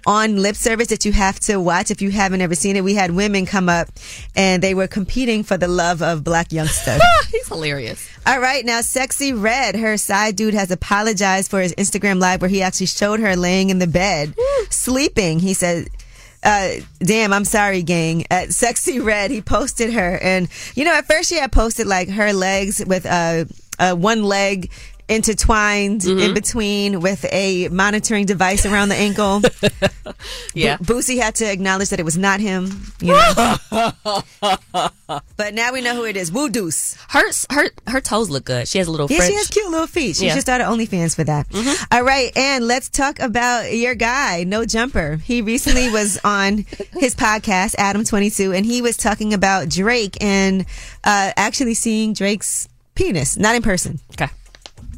S1: on lip service that you have to watch if you haven't ever seen it. We had women come up and they were competing for the love of black youngster.
S3: He's hilarious.
S1: All right, now sexy red, her side dude has apologized for his Instagram live where he actually showed her laying in the bed, sleeping. He said, uh, damn, I'm sorry, gang. At sexy red, he posted her, and you know, at first she had posted like her legs with uh, uh one leg intertwined in between with a monitoring device around the ankle.
S3: Yeah.
S1: Bo- Boosie had to acknowledge that it was not him. You know? but now we know who it is. Woo Deuce.
S3: Her her her toes look good. She has a little.
S1: Yeah, she
S3: French-
S1: has cute little feet. She
S3: Yeah. Mm-hmm.
S1: just started OnlyFans for that. All right, and let's talk about your guy, No Jumper. He recently was on his podcast, Adam Twenty Two, and he was talking about Drake and uh, actually seeing Drake's penis, not in person.
S3: Okay.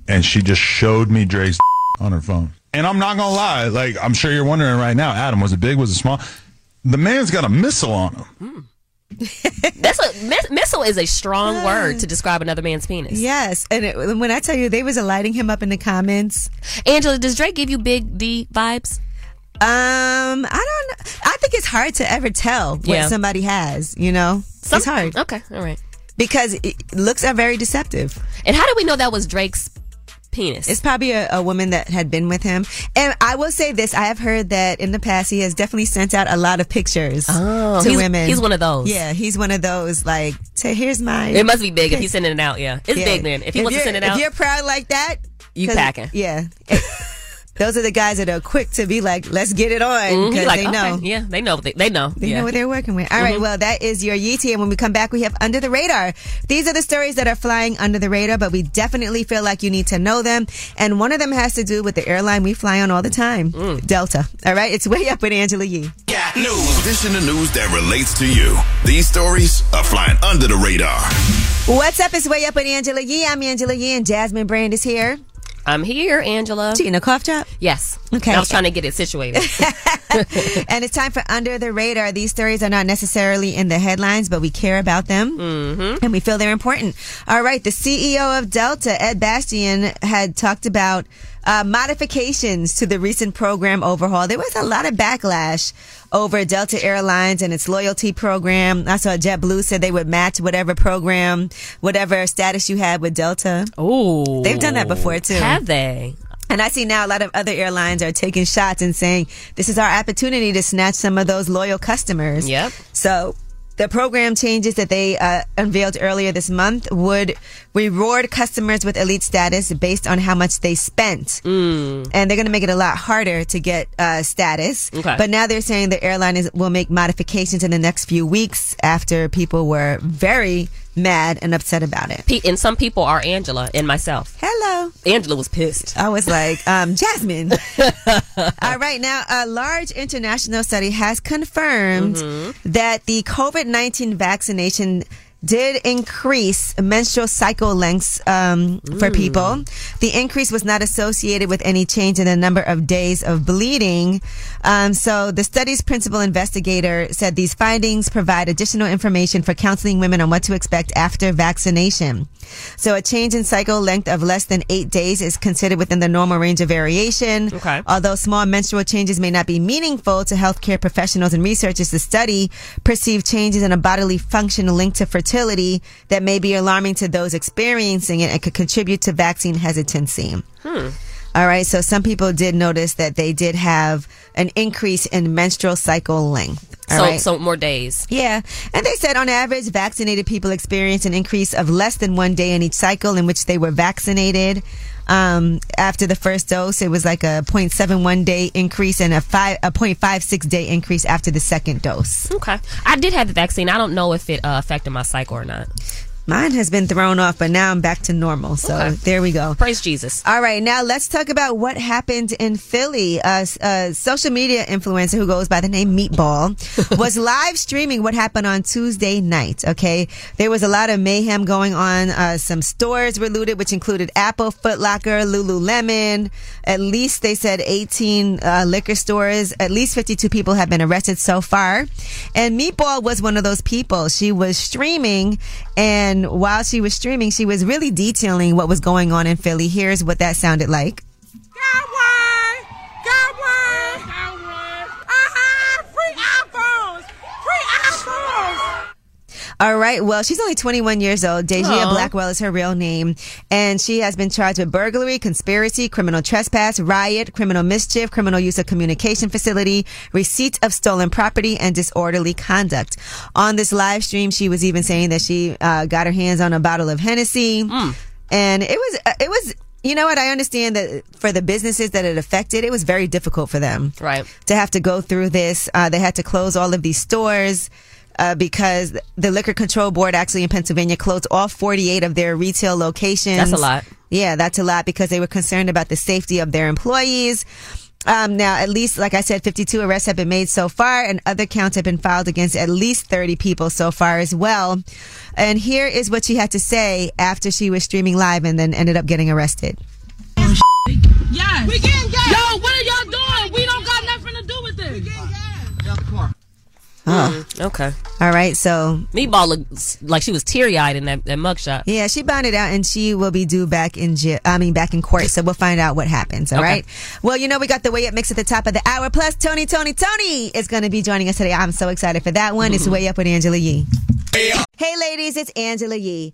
S16: and she just showed me Drake's
S15: on her phone. And I'm not gonna lie, like I'm sure you're wondering right now, Adam, was it big? Was it small? The man's got a missile on him.
S3: That's a miss- missile is a strong word to describe another man's penis.
S1: Yes, and it, when I tell you they was lighting him up in the comments.
S3: Angela, does Drake give you big D vibes?
S1: Um, I don't. know. I think it's hard to ever tell what
S3: Yeah.
S1: somebody has. You know,
S3: Some-
S1: it's hard.
S3: Okay, all right.
S1: Because it, looks are very deceptive.
S3: And how do we know that was Drake's penis?
S1: It's probably a, a woman that had been with him. And I will say this: I have heard that in the past he has definitely sent out a lot of pictures to
S3: Oh, he's-
S1: women.
S3: he's one of those.
S1: Yeah, he's one of those. Like, say, here's my.
S3: It must be big if he's sending it out. Yeah, it's
S1: Yeah.
S3: big then. If he wants to
S1: you're-
S3: send it out,
S1: if you're proud like that,
S3: You
S1: 'cause-
S3: packing.
S1: Yeah. Those are the guys that are quick to be like, let's get it on
S3: Mhm,
S1: because
S3: you're like,
S1: they
S3: okay,
S1: know.
S3: Yeah, they know. They, they know.
S1: They
S3: yeah.
S1: know what they're working with. All right,
S3: Mhm.
S1: well, that is your Yeetie. And when we come back, we have Under the Radar. These are the stories that are flying under the radar, but we definitely feel like you need to know them. And one of them has to do with the airline we fly on all the time,
S3: Mm.
S1: Delta. All right, it's way up with Angela Yee.
S5: News. This in the news that relates to you. These stories are flying under the radar.
S1: What's up? It's way up with Angela Yee. I'm Angela Yee, and Jasmine Brand is here.
S3: I'm here, Angela.
S1: Gina cough drop.
S3: Yes.
S1: Okay.
S3: I was trying to get it situated.
S1: and it's time for Under the Radar. These stories are not necessarily in the headlines, but we care about them and we feel they're important. All right, the CEO of Delta, Ed Bastian, had talked about uh, modifications to the recent program overhaul. There was a lot of backlash over Delta Airlines and its loyalty program. I saw JetBlue said they would match whatever program, whatever status you had with Delta.
S3: Oh,
S1: they've done that before too.
S3: Have they?
S1: And I see now a lot of other airlines are taking shots and saying, this is our opportunity to snatch some of those loyal customers.
S3: Yep.
S1: So the program changes that they uh, unveiled earlier this month would reward customers with elite status based on how much they spent.
S3: Mm.
S1: And they're going to make it a lot harder to get uh, status.
S3: Okay.
S1: But now they're saying the airline is, will make modifications in the next few weeks after people were very mad and upset about it.
S3: Pe- and some people are Angela and myself.
S1: Hello.
S3: Angela was pissed.
S1: I was like, um, Jasmine. All right, now a large international study has confirmed that the COVID nineteen vaccination did increase menstrual cycle lengths um, for
S16: Mm.
S1: people. The increase was not associated with any change in the number of days of bleeding. Um, so the study's principal investigator said these findings provide additional information for counseling women on what to expect after vaccination. So a change in cycle length of less than eight days is considered within the normal range of variation.
S3: Okay.
S1: Although small menstrual changes may not be meaningful to healthcare professionals and researchers, the study perceived changes in a bodily function linked to fertility that may be alarming to those experiencing it and could contribute to vaccine hesitancy.
S3: Hmm.
S1: All right, so some people did notice that they did have an increase in menstrual cycle length. All
S3: so,
S1: right?
S3: so more days.
S1: Yeah. And they said on average, vaccinated people experience an increase of less than one day in each cycle in which they were vaccinated. Um, after the first dose, it was like a 0.71 day increase and a, five, a 0.56 day increase after the second dose.
S3: Okay. I did have the vaccine. I don't know if it uh, affected my cycle or not.
S1: Mine has been thrown off, but now I'm back to normal. So
S3: Okay.
S1: there we go.
S3: Praise Jesus.
S1: All right, now let's talk about what happened in Philly. A uh, uh, social media influencer who goes by the name Meatball was live streaming what happened on Tuesday night. Okay, there was a lot of mayhem going on. Uh, some stores were looted, which included Apple, Foot Locker, Lululemon. At least they said 18 uh, liquor stores. At least 52 people have been arrested so far. And Meatball was one of those people. She was streaming, and while she was streaming, she was really detailing what was going on in Philly. Here's what that sounded like.
S6: Got one. Got one. Uh-huh. Free iPhones. Free iPhones.
S1: All right. Well, she's only 21 years old. Dejia
S3: Aw.
S1: Blackwell is her real name. And she has been charged with burglary, conspiracy, criminal trespass, riot, criminal mischief, criminal use of communication facility, receipt of stolen property, and disorderly conduct. On this live stream, she was even saying that she uh, got her hands on a bottle of Hennessy.
S3: Mm.
S1: And it was, uh, it was, you know what? I understand that for the businesses that it affected, it was very difficult for them
S3: Right.
S1: to have to go through this. Uh, they had to close all of these stores. Uh, because the liquor control board actually in Pennsylvania closed all 48 of their retail locations.
S3: That's a lot.
S1: Yeah, that's a lot because they were concerned about the safety of their employees. Um, now, at least, like I said, 52 arrests have been made so far, and other counts have been filed against at least 30 people so far as well. And here is what she had to say after she was streaming live and then ended up getting arrested.
S16: Yeah,
S6: gas. We getting gas. Yo, what are y'all doing? We don't got nothing to do with this. We getting gas.
S1: Oh.
S3: Hmm. Okay.
S1: All right, so
S3: Meatball looked like she was teary eyed in that, that mugshot.
S1: Yeah, she bonded out and she will be due back in jail. I mean, back in court. So we'll find out what happens. All
S3: Okay.
S1: right. Well, you know, we got the way up mix at the top of the hour. Plus, Tony, Tony, Tony is going to be joining us today. I'm so excited for that one. It's way up with Angela Yee. Hey ladies, it's Angela Yee.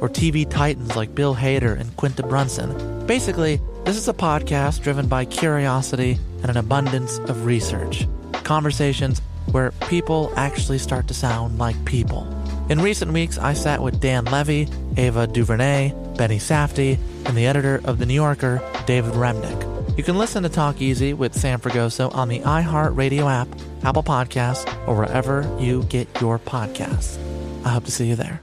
S16: or TV titans like Bill Hader and Quinta Brunson. Basically, this is a podcast driven by curiosity and an abundance of research. Conversations where people actually start to sound like people. In recent weeks, I sat with Dan Levy, Ava DuVernay, Benny Safdie, and the editor of The New Yorker, David Remnick. You can listen to Talk Easy with Sam Fragoso on the iHeartRadio app, Apple Podcasts, or wherever you get your podcasts. I hope to see you there.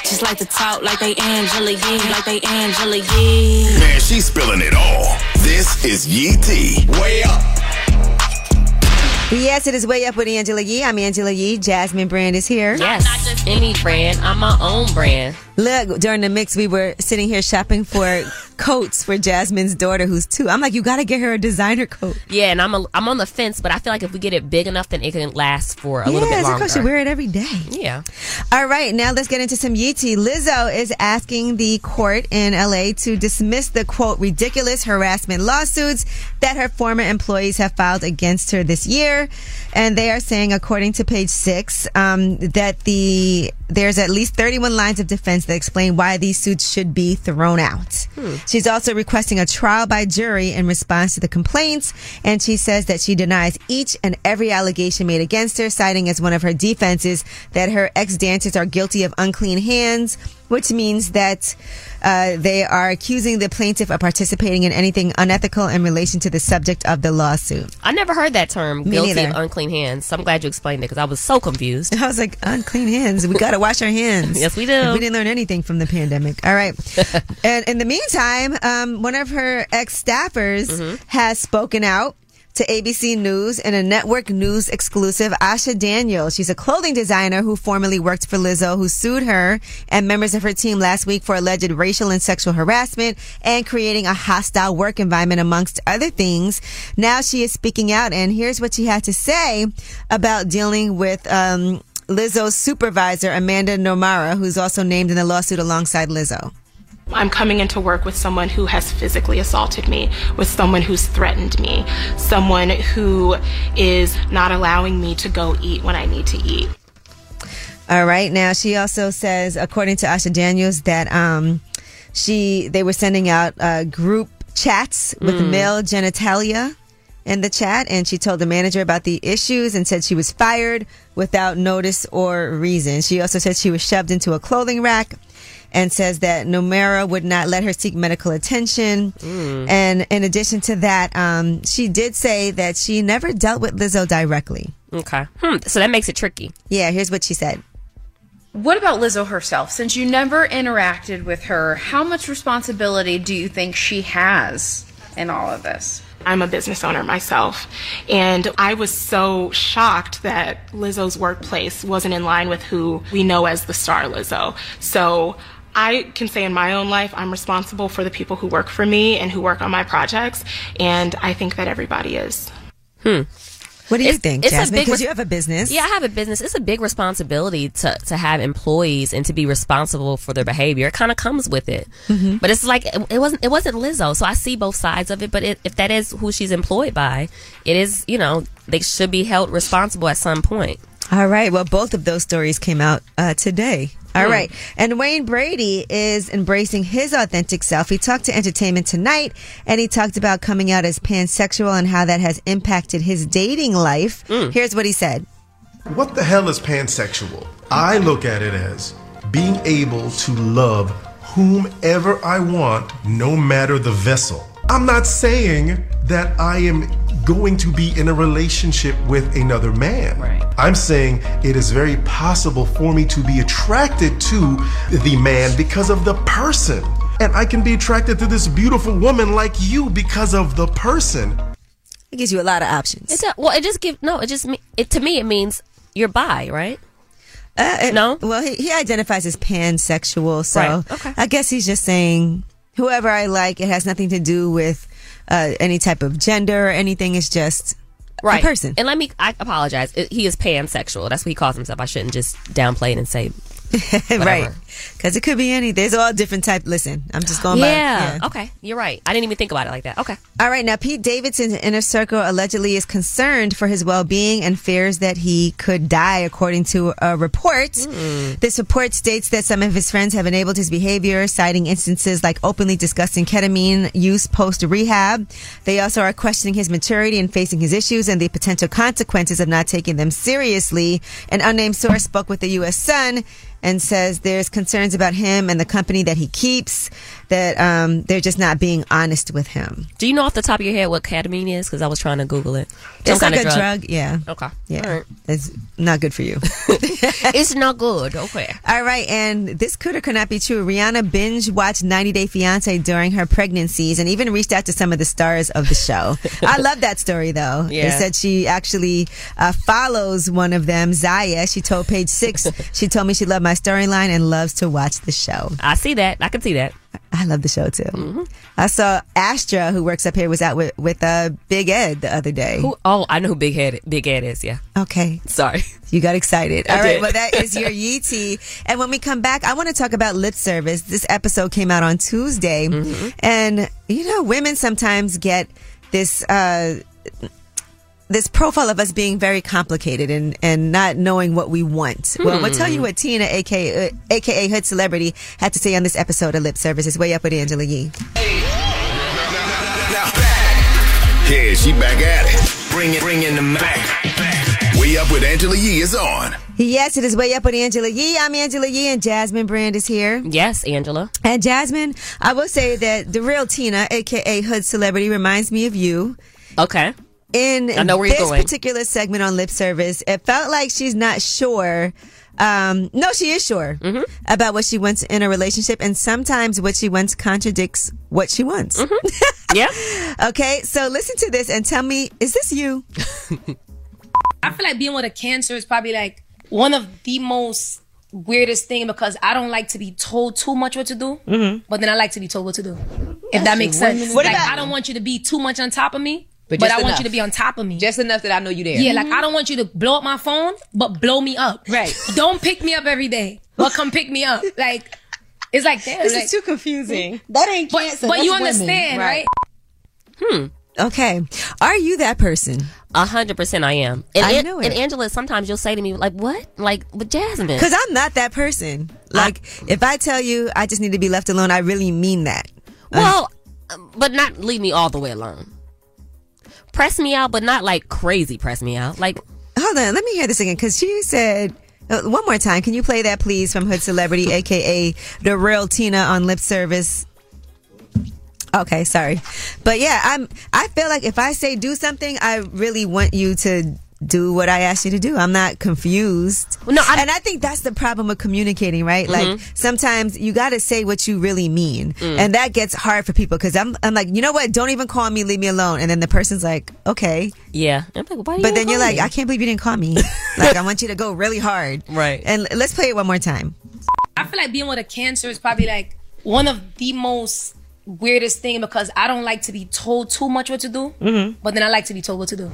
S17: Just like to talk like they Angela Yee, like they Angela Yee.
S5: Man, she's spilling it all. This is Yee T. Way up.
S1: Yes, it is way up with Angela Yee. I'm Angela Yee. Jasmine Brand is here.
S3: Yes, not just any brand. I'm my own brand.
S1: Look, during the mix, we were sitting here shopping for coats for Jasmine's daughter, who's two. I'm like, you got to get her a designer coat.
S3: Yeah, and I'm a, I'm on the fence, but I feel like if we get it big enough, then it can last for a
S1: yes,
S3: little bit
S1: of
S3: longer.
S1: course, you wear it every day.
S3: Yeah.
S1: All right, now let's get into some Yeezy. Lizzo is asking the court in LA to dismiss the quote ridiculous harassment lawsuits that her former employees have filed against her this year, and they are saying, according to Page Six, um, that the there's at least 31 lines of defense that explain why these suits should be thrown out.
S18: Hmm.
S1: She's also requesting a trial by jury in response to the complaints, and she says that she denies each and every allegation made against her, citing as one of her defenses that her ex dancers are guilty of unclean hands, which means that uh, they are accusing the plaintiff of participating in anything unethical in relation to the subject of the lawsuit.
S3: I never heard that term,
S1: Me
S3: guilty
S1: neither.
S3: of unclean hands. So I'm glad you explained it because I was so confused.
S1: I was like, unclean hands. We got to wash our hands.
S3: Yes, we do.
S1: We didn't learn anything from the pandemic. All right. and in the meantime, um, one of her ex staffers has spoken out. To ABC News in a network news exclusive, Asha Daniels. She's a clothing designer who formerly worked for Lizzo, who sued her and members of her team last week for alleged racial and sexual harassment and creating a hostile work environment, amongst other things. Now she is speaking out, and here's what she had to say about dealing with um, Lizzo's supervisor, Amanda Nomara, who's also named in the lawsuit alongside Lizzo.
S18: I'm coming into work with someone who has physically assaulted me, with someone who's threatened me, someone who is not allowing me to go eat when I need to eat.
S1: All right. Now she also says, according to Asha Daniels, that um, she they were sending out uh, group chats with
S3: Mm.
S1: male genitalia in the chat and she told the manager about the issues and said she was fired without notice or reason. She also said she was shoved into a clothing rack and says that Nomura would not let her seek medical attention.
S3: Hmm.
S6: Mm.
S1: And in addition to that, um, she did say that she never dealt with Lizzo directly.
S3: Okay. Hmm. So that makes it tricky.
S1: Yeah, here's what she said.
S19: What about Lizzo herself? Since you never interacted with her, how much responsibility do you think she has in all of this?
S18: I'm a business owner myself, and I was so shocked that Lizzo's workplace wasn't in line with who we know as the star Lizzo. So I can say in my own life, I'm responsible for the people who work for me and who work on my projects, and I think that everybody is.
S3: Hmm.
S1: What do you
S3: It's-
S1: think,
S3: it's a
S1: Jasmine?
S3: big
S1: Because
S3: res-
S1: you have a business.
S3: Yeah, I have a business. It's a big responsibility to, to have employees and to be responsible for their behavior. It kind of comes with it.
S1: Mhm.
S3: But it's like it, it wasn't it wasn't Lizzo, so I see both sides of it. But it, if that is who she's employed by, it is you know they should be held responsible at some point.
S1: All right. Well, both of those stories came out uh, today. All
S3: Hmm.
S1: right. And Wayne Brady is embracing his authentic self. He talked to Entertainment Tonight and he talked about coming out as pansexual and how that has impacted his dating life.
S3: Hmm.
S1: Here's what he said.
S2: What the hell is pansexual? I look at it as being able to love whomever I want, no matter the vessel. I'm not saying that I am going to be in a relationship with another man. I'm saying it is very possible for me to be attracted to the man because of the person. And I can be attracted to this beautiful woman like you because of the person.
S1: It gives you a lot of options.
S3: It's a, well, it just give no. It just me- it to me it means you're bi, right?
S1: Uh, no. Well, he, he identifies as pansexual, so
S3: Right. Okay.
S1: I guess he's just saying whoever I like. It has nothing to do with uh, any type of gender or anything. It's just
S3: Right.
S1: a person.
S3: And let me. I apologize. It- he is pansexual. That's what he calls himself. I shouldn't just downplay it and say
S1: right. Because it could be any. There's all different type. Listen, I'm just going by.
S3: yeah. Okay. You're right. I didn't even think about it like that. Okay.
S1: All right, now Pete Davidson's inner circle allegedly is concerned for his well being and fears that he could die, according to a report. This report states that some of his friends have enabled his behavior, citing instances like openly discussing ketamine use post rehab. They also are questioning his maturity and facing his issues and the potential consequences of not taking them seriously. An unnamed source spoke with the U.S. Sun and says there's concerns about him and the company that he keeps that um, they're just not being honest with him.
S3: Do you know off the top of your head what ketamine is? Because I was trying to Google it. Some
S1: it's
S3: kind
S1: like
S3: of
S1: a drug. yeah.
S3: Okay.
S1: Yeah.
S3: All right.
S1: It's not good for you.
S3: it's not good. Okay.
S1: All right, and this could or could not be true. Rihanna binge watched 90 Day Fiance during her pregnancies and even reached out to some of the stars of the show. I love that story though. They
S3: Yeah.
S1: said she actually uh, follows one of them, Zaya. She told Page Six, she told me she loved my storyline and loves to watch the show.
S3: I see that. I can see that.
S1: I love the show too.
S3: Mm-hmm.
S1: I saw Astra, who works up here, was out with with uh, Big Ed the other day.
S3: Who? Oh, I know who Big Head Big Head is. Yeah.
S1: Okay.
S3: Sorry.
S1: You got excited.
S3: I
S1: All right.
S3: did.
S1: Well, that is your Yee Tea. And when we come back, I want to talk about lip service. This episode came out on Tuesday.
S3: Mm-hmm.
S1: And, you know, women sometimes get this, uh, this profile of us being very complicated and, and not knowing what we want. Well, we'll tell you
S3: Hmm.
S1: what Tina, aka, uh, aka Hood Celebrity, had to say on this episode of Lip Service. It's way up with Angela Yee.
S5: Yeah, she back at it. Bring it, bring in the Mac. Way Up with Angela Yee is on.
S1: Yes, it is way up with Angela Yee. I'm Angela Yee, and Jasmine Brand is here.
S3: Yes, Angela.
S1: And Jasmine, I will say that the real Tina, aka Hood Celebrity, reminds me of you.
S3: Okay.
S1: In
S3: I know where you're
S1: this
S3: going.
S1: particular segment on lip service, it felt like she's not sure. Um, no, she is sure
S3: Mm-hmm.
S1: about what she wants in a relationship, and sometimes what she wants contradicts what she wants.
S3: Mm-hmm. yeah.
S1: Okay, so listen to this and tell me, is this you?
S7: I feel like being with a cancer is probably like one of the most weirdest thing because I don't like to be told too much what to do,
S3: Mm.
S6: Mhm.
S7: but then I like to be told what to do. If
S6: That's
S7: that makes
S6: what
S7: sense.
S6: women- What
S7: like,
S6: about-
S7: I don't want you to be too much on top of me,
S6: But
S7: but,
S6: just
S7: I want
S6: enough.
S7: you to be on top of me. Just enough that I know you
S6: there.
S7: Yeah,
S6: Mhm.
S7: like I don't want you to blow up my phone, but blow me up. Right. don't pick me up every day, but come pick me up. Like it's like damn,
S6: This is
S7: like-
S6: too confusing. That ain't
S7: But,
S6: cancer,
S7: but you
S6: that's women,
S7: understand,
S6: right.
S7: right?
S3: Hmm.
S1: Okay. Are you that person?
S3: A hundred percent, I am. And,
S1: I
S3: An-
S1: know
S3: And
S1: it.
S3: Angela, sometimes you'll say to me, like, "What?" Like, with Jasmine,
S1: Because I'm not that person. Like, if I tell you I just need to be left alone, I really mean that. Uh,
S3: Well, but not leave me all the way alone. press me out, but not like crazy press me out. Like,
S1: Hold on, let me hear this again because you said uh, one more time. Can you play that, please, from Hood Celebrity, aka the real Tina on lip service? Okay, sorry, but yeah, I'm. I feel like if I say do something, I really want you to do what I asked you to do. I'm not confused. No, and I think that's the problem with communicating, right?
S6: Mhm.
S1: Like sometimes you got to say what you really mean,
S6: Mm.
S1: and that gets hard for people because I'm. I'm like, you know what? Don't even call me. Leave me alone. And then the person's like, okay,
S3: yeah. I'm like, why do
S1: but
S3: you
S1: then you're
S3: call
S1: like,
S3: me?
S1: I can't believe you didn't call me. like, I want you to go really hard.
S3: Right.
S1: And l- let's play it one more time.
S7: I feel like being with a cancer is probably like one of the most weirdest thing because I don't like to be told too much what to do,
S3: Mm.
S6: Mhm.
S7: but then I like to be told what to do.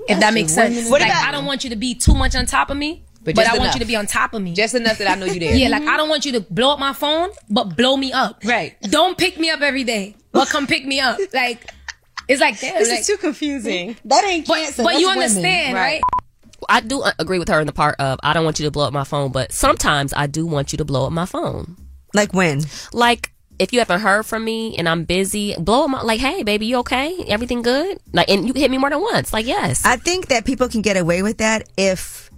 S7: If
S6: That's
S7: that makes
S6: a
S7: sense.
S6: woman-
S7: What
S6: What
S7: like,
S6: about-
S7: I don't want you to be too much on top of me.
S6: But
S7: But,
S6: just
S7: I want
S6: enough.
S7: you to be on top of me. Just
S9: enough that I know you there.
S7: yeah, like I don't want you to blow up my phone, but blow me up. Right. Don't pick me up every day, but come pick me up. Like, it's like that.
S9: This is
S7: too
S9: confusing. That ain't cancer.
S7: But, but
S9: that's
S7: you
S9: women.
S7: understand, right?
S3: I do uh, agree with her in the part of I don't want you to blow up my phone, but sometimes I do want you to blow up my phone.
S1: Like when?
S3: Like if you haven't heard from me and I'm busy, blow up my like, hey baby, you okay? Everything good? Like and you hit me more than once. Like yes.
S1: I think that people can get away with that if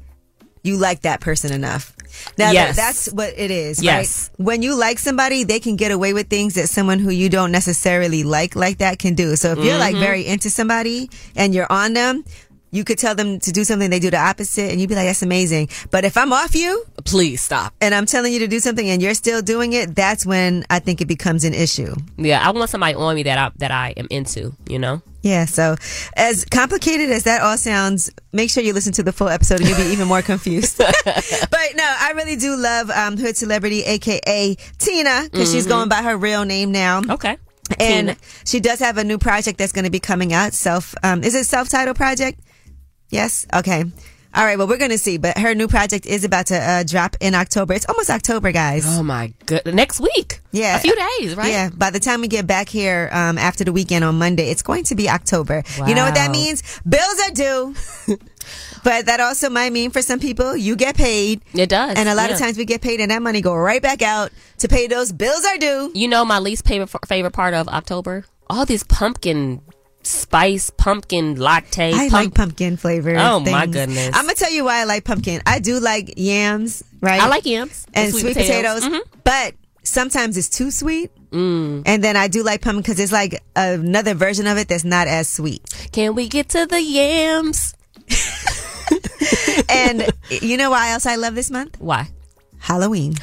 S1: you like that person enough. Now, that-
S3: Yes.
S1: that's what it is,
S3: Yes.
S1: right? When you like somebody, they can get away with things that someone who you don't necessarily like like that can do. So if you're like
S6: Mhm.
S3: Mm-hmm.
S1: very into somebody and you're on them, you could tell them to do something, they do the opposite, and you'd be like, that's amazing. But if I'm off you,
S3: please stop.
S1: And I'm telling you to do something and you're still doing it, that's when I think it becomes an issue.
S3: Yeah, I want somebody on me that I that I am into, you know?
S1: Yeah, so as complicated as that all sounds, make sure you listen to the full episode and you'll be even more confused. but no, I really do love um, Hood Celebrity, aka Tina, because she's
S6: Mhm.
S1: going by her real name now.
S3: Mm-hmm. Okay.
S1: And
S6: Tina.
S1: she does have a new project that's going to be coming out. Self, um, is it self titled project? Yes. Okay. All right. Well, we're going to see. But her new project is about to uh, drop in October. It's almost October, guys.
S3: Oh my good. Next week.
S1: Yeah.
S3: A few days, right?
S1: Yeah. By the time we get back here um, after the weekend on Monday, it's going to be October. You know what that
S3: Wow.
S1: means? Bills are due. but that also might mean for some people, you get paid.
S3: It does.
S1: And a lot of
S3: yeah.
S1: times we get paid and that money go right back out to pay those bills are due.
S3: You know my least favorite favorite part of October? All these pumpkin spice, pumpkin latte.
S1: I
S3: pump-
S1: like pumpkin flavor.
S3: Oh, my goodness.
S1: I'm gonna tell you why I like pumpkin. I do like yams, right?
S3: I like yams
S1: and
S3: and
S1: sweet,
S3: sweet potatoes.
S1: potatoes,
S3: Mm-hmm. Mm.
S1: but sometimes it's too sweet. And then I do like pumpkin because it's like another version of it that's not as sweet.
S3: Can we get to the yams?
S1: and you know why else I love this month?
S3: Why? Uh,
S1: Halloween.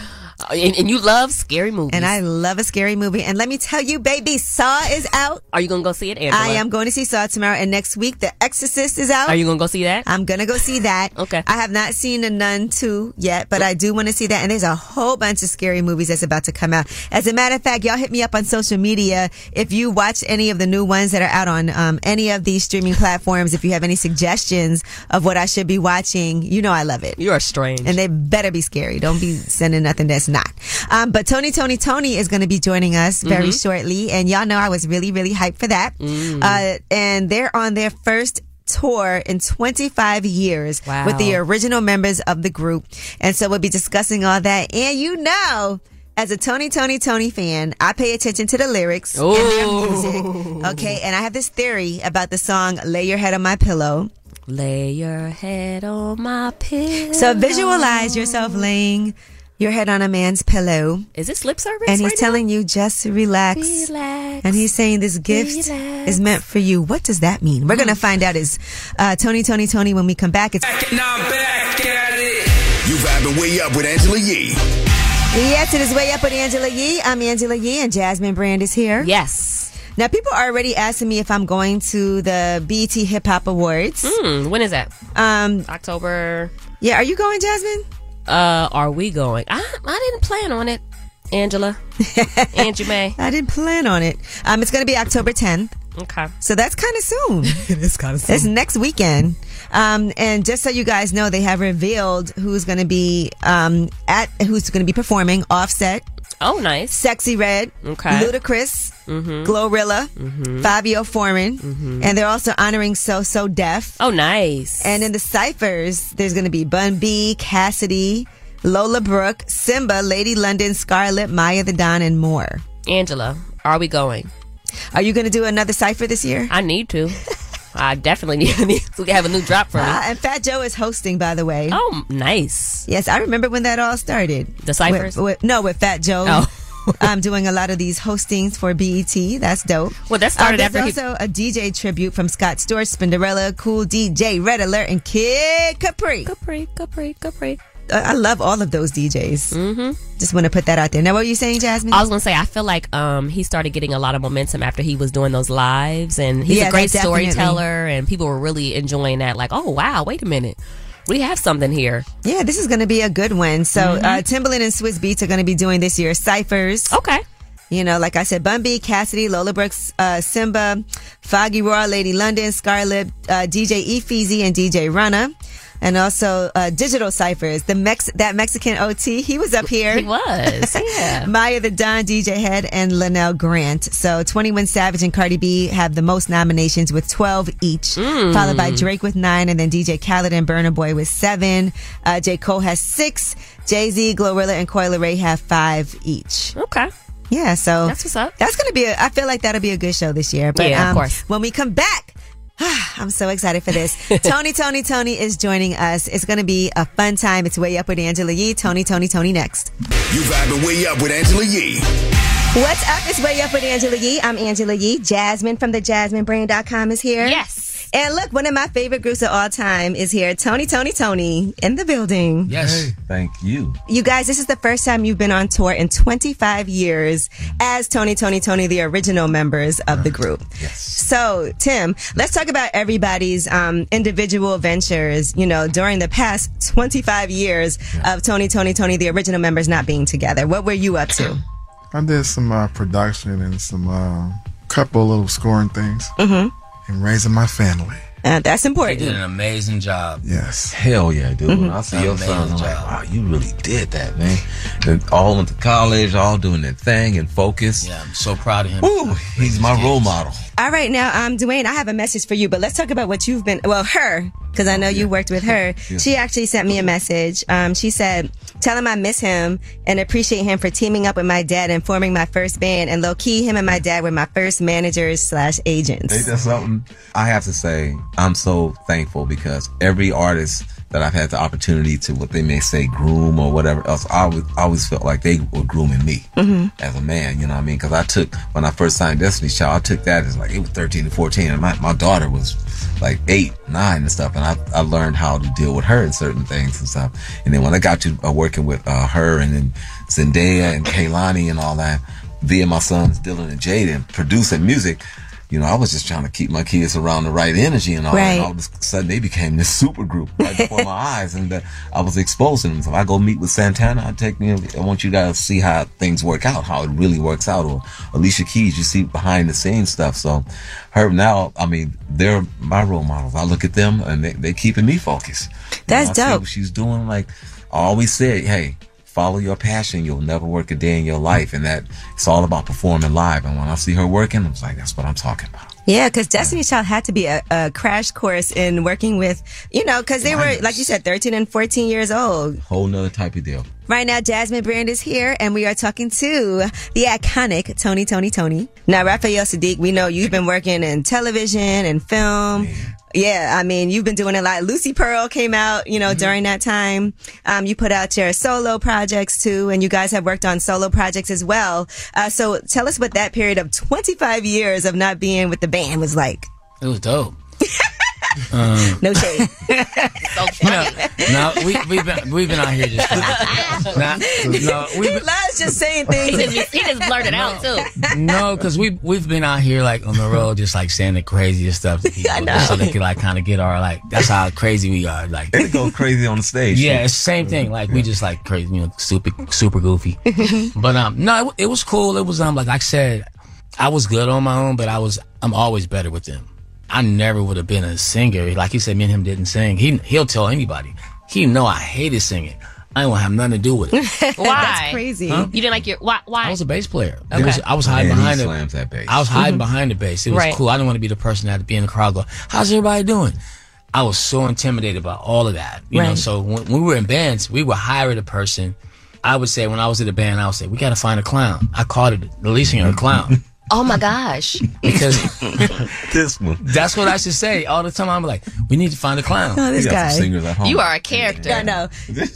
S3: And, and you love scary movies.
S1: And I love a scary movie. And let me tell you, baby, Saw is out.
S3: Are you gonna go see it, Angela?
S1: I am going to see Saw tomorrow, and next week, The Exorcist is out.
S3: Are you gonna go see that?
S1: I'm gonna go see that. okay. I have not seen The Nun 2 yet, but I do want to see that. And there's a whole bunch of scary movies that's about to come out. As a matter of fact, y'all hit me up on social media if you watch any of the new ones that are out on um, any of these streaming platforms. If you have any suggestions of what I should be watching, you know I love it.
S3: You are strange.
S1: And they better be scary. Don't be sending nothing that's not. Um, but Tony, Tony, Tony is going to be joining us
S3: Mm-hmm.
S1: very
S6: Mhm.
S1: shortly, and y'all know I was really, really hyped for that.
S6: Mm.
S1: Uh, and they're on their first tour in 25 years
S6: Wow.
S1: with the original members of the group. And so we'll be discussing all that. And you know, as a Tony, Tony, Tony fan, I pay attention to the lyrics and
S3: Ooh.
S1: their music. Okay. And I have this theory about the song Lay Your Head on My Pillow.
S3: Lay your head on my pillow.
S1: So visualize yourself laying your head on a man's pillow.
S3: Is this lip service?
S1: And he's
S3: right
S1: telling you just relax.
S3: Relax.
S1: And he's saying this gift is meant for you. What does that mean? We're going to find out is uh, Tony, Tony, Tony when we come back. It's
S5: You vibing way up with Angela Yee.
S1: Yes, it is way up with Angela Yee. I'm Angela Yee and Jasmine Brand is here.
S3: Yes.
S1: Now people are already asking me if I'm going to the BET Hip Hop Awards.
S3: Hmm, when is that?
S1: Um
S3: October.
S1: Yeah, are you going, Jasmine?
S3: Uh, are we going? I, I didn't plan on it, Angela. Angie May.
S1: I didn't plan on it. Um, it's going to be October 10th.
S3: Okay.
S1: So that's kind of soon. it
S3: is kind of
S1: It's next weekend. Um, and just so you guys know, they have revealed who's going to be um, at who's going to be performing Offset,
S3: Oh, nice.
S1: Sexy Red,
S3: Okay.
S1: Ludacris,
S3: Mhm.
S1: Glorilla,
S3: Mhm.
S1: Fabio Foreman,
S3: Mhm.
S1: and they're also honoring So So Def.
S3: Oh, nice.
S1: And in the ciphers, there's going to be Bun B, Cassidy, Lola Brooke, Simba, Lady London, Scarlett, Maya the Don, and more.
S3: Angela, are we going?
S1: Are you going to do another cipher this year?
S3: I need to. I definitely need, need to have a new drop for me.
S1: Uh, and Fat Joe is hosting, by the way.
S3: Oh, nice.
S1: Yes, I remember when that all started.
S3: The Oh. Cyphers?
S1: With- with- no, with Fat Joe. I'm doing a lot of these hostings for BET. That's dope. Uh,
S3: Well, that started
S1: there's
S3: after he-
S1: also a DJ tribute from Scott Storch, Spinderella, Cool DJ, Red Alert, and Kid Capri.
S3: Capri, Capri, Capri.
S1: I I love all of those DJs. Mm-hmm. Just want to put that out there. Now, what were you saying, Jasmine?
S3: I was gonna say I feel like um, he started getting a lot of momentum after he was doing those lives, and he's
S1: Yeah,
S3: a great
S1: that definitely.
S3: storyteller, and people were really enjoying that. Like, oh wow, wait a minute, we have something here.
S1: Yeah, this is going to be a good one. So,
S3: Mm-hmm.
S1: uh, Timbaland and Swiss Beats are going to be doing this year's ciphers.
S3: Okay.
S1: You know, like I said, Bun B, Cassidy, Lola Brooks, uh, Simba, Foggy Raw, Lady London, Scarlett, uh, DJ Efeezy, and DJ Rana. And also uh, digital ciphers. The Mex- that Mexican OT, he was up here.
S3: He was, yeah.
S1: Maya the Don, DJ Head, and Linnell Grant. So 21 Savage and Cardi B have the most nominations with 12 each,
S3: Mm.
S1: followed by Drake. Drake with nine, and then DJ Khaled and Burna Boy with seven. Uh, J. Cole has six. Jay Z, Glorilla, and Coil Ray have five each.
S3: Okay.
S1: Yeah, so
S3: That's what's up.
S1: That's gonna be. A, I feel like that'll be a good show this year. But
S3: Yeah, of
S1: um,
S3: course.
S1: when we come back. I'm so excited for this. Tony, Tony, Tony is joining us. It's going to be a fun time. It's Way Up with Angela Yee. Tony, Tony, Tony next.
S5: You vibing way up with Angela Yee.
S1: What's up? It's Way Up with Angela Yee. I'm Angela Yee. Jasmine from the JasmineBrand.com is here.
S3: Yes.
S1: And look, one of my favorite groups of all time is here. Tony, Tony, Tony in the building.
S8: Thank you.
S1: You guys, this is the first time you've been on tour in 25 years as Tony, Tony, Tony, the original members of the group. Yes. So, Tim, let's talk about everybody's um, individual ventures, you know, during the past 25 years of Tony, Tony, Tony, the original members not being together. What were you up to?
S10: I did some uh, production and some uh, couple little scoring things
S1: Mm-hmm.
S10: and raising my family.
S1: Uh, that's important.
S8: You did an amazing job.
S10: Yes.
S8: Hell yeah, dude. When I see your
S10: Amazing
S8: sons, I'm like, wow, you really did that, man. And all went to college, all doing their thing and focus. Yeah, I'm so proud of him. Woo, he's my role model.
S1: All right, now, um, Dwayne, I have a message for you, but let's talk about what you've been. Well, her, because I know you worked with her.
S8: Yeah.
S1: She actually sent me a message. Um, she said, "Tell him I miss him and appreciate him for teaming up with my dad and forming my first band. And low key, him and my dad were my first managers slash
S8: Ain't
S1: agents."
S8: that something? I have to say, I'm so thankful because every artist that I've had the opportunity to, what they may say, groom or whatever else, I always, I always felt like they were grooming me
S11: Mhm.
S8: as a man, you know what I mean? Because I took, when I first signed Destiny's Child, I took that as like, it was 13 and 14, and my, my daughter was like eight, nine, and stuff. And I, I learned how to deal with her in certain things and stuff. And then when I got to uh, working with uh, her and then Zendaya and Kaylani and all that, via my sons Dylan and Jaden producing music, you know, I was just trying to keep my kids around the right energy and all that. And
S20: Right.
S8: all of a sudden, they became this super group right before my eyes, and uh, I was exposing them. So I go meet with Santana. I take, you know, I want you guys to see how things work out, how it really works out. Or Alicia Keys, you see behind the scenes stuff. So her now, I mean, they're my role models. I look at them, and they they keeping me focused. You
S1: That's
S8: I see
S1: dope.
S8: what she's doing. Like I always said, hey, follow your passion. You'll never work a day in your life, and that it's all about performing live. And when I see her working, I'm like, that's what I'm talking about.
S1: Yeah, because Destiny Child had to be a, a crash course in working with, you know, because they were, like you said, 13 and 14 years old.
S8: Whole nother type of deal.
S1: Right now, Jasmine Brand is here, and we are talking to the iconic Tony, Tony, Tony. Now, Raphael Sadiq, we know you've been working in television and film. Yeah, I mean, you've been doing a lot. Lucy Pearl came out, you know, during that time. Um, you put out your solo projects too, and you guys have worked on solo projects as well. Uh, so tell us what that period of 25 years of not being with the band was like.
S11: It was dope. um,
S1: No shade.
S11: no, no, we, we've been we've been out here just. nah, no,
S1: he
S11: we've
S1: loves just saying things.
S3: He just- he just blurted out, too.
S11: been, no, because we we've been out here like on the road, just like saying the craziest stuff to people,
S3: know.
S11: so they could like kind of get our like. That's how crazy we are. Like
S8: they go crazy on the stage.
S11: Yeah, it's the same thing. Like we just like crazy, you know, super super goofy. but um, no, it, wa- it was cool. It was um, like I said, I was good on my own, but I was I'm always better with them. I never would have been a singer. Like he said, me and him didn't sing. He he'll tell anybody. He know I hated singing. I don't have nothing to do with it.
S3: Why? That's
S1: crazy.
S11: Huh?
S3: You didn't like your why? Why? I was
S11: a bass player. It
S3: Okay. Mm-hmm.
S11: was- uh, I was hiding
S8: Man, he
S11: behind the
S8: slams that bass.
S11: I was hiding
S8: Mhm.
S11: behind the bass. It was
S3: Right.
S11: cool. I didn't want to be the person that had to be in the crowd go, "How's everybody doing?" I was so intimidated by all of that. You know,
S3: Right.
S11: so when, when we were in bands, we would hire the person. I would say when I was in a band, I would say we got to find a clown. I called it releasing a clown.
S3: Oh my gosh.
S11: because
S8: this one.
S11: That's what I should say all the time. I'm like, we need to find a clown.
S3: Oh, this We got some guy. singers at home. You are a character. I know.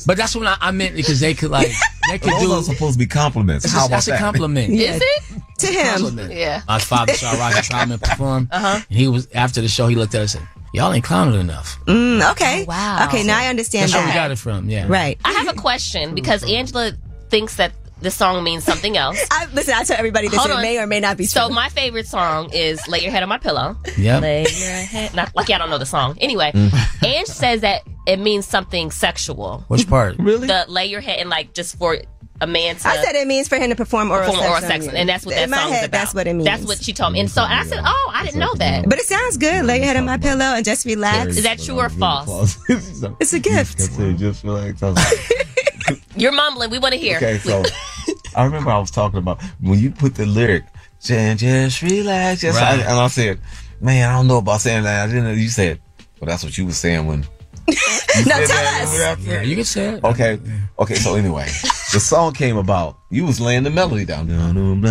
S11: But that's what I, I meant because they could like they could
S8: Those
S11: do.
S8: are supposed to be compliments.
S11: It's just-
S8: How about
S11: that's a
S8: that?
S11: compliment.
S3: Is it?
S1: To him.
S11: Compliment.
S3: Yeah.
S11: My father saw Roger Troutman perform. Uh-huh. And he was after the show. He looked at us and said, "Y'all ain't clowning enough."
S1: Mm, okay.
S3: wow.
S1: Okay, now I understand
S11: That's where we
S1: that.
S11: got it from. Mm-hmm. Yeah.
S1: Right.
S3: I have a question because Angela thinks that the song means something else.
S1: I, listen, I tell everybody this.
S3: Hold
S1: It
S3: on.
S1: may or may not be
S3: So
S1: true.
S3: my favorite song is "Lay Your Head on My Pillow."
S1: Yep.
S3: Lay your head. Not, like yeah, I don't know the song. Anyway, Ange says that it means something sexual.
S11: Mm. Which part?
S3: Really? The lay your head and like just for a man to.
S1: I said it means for him to perform oral
S3: perform
S1: sex.
S3: oral
S1: on
S3: sex,
S1: you.
S3: and that's what that
S1: In my
S3: song is
S1: head,
S3: about.
S1: that's what it means.
S3: That's what she told me, and so and I said, "Oh, I didn't know that."
S1: But it sounds good. Lay your head on my pillow and just relax.
S3: Is that true or false?
S1: It's a gift.
S8: Just relax. I was like,
S3: You're mumbling. We want to hear.
S8: Okay, so I remember I was talking about when you put the lyric, Jen, just relax. Just,
S21: Right.
S8: and I said, man, I don't know about saying that. I didn't know you said, well, that's what you were saying when.
S1: no,
S8: tell
S1: us.
S11: Yeah, you can say it.
S8: Okay. Okay, so anyway, the song came about. You was laying the melody down. And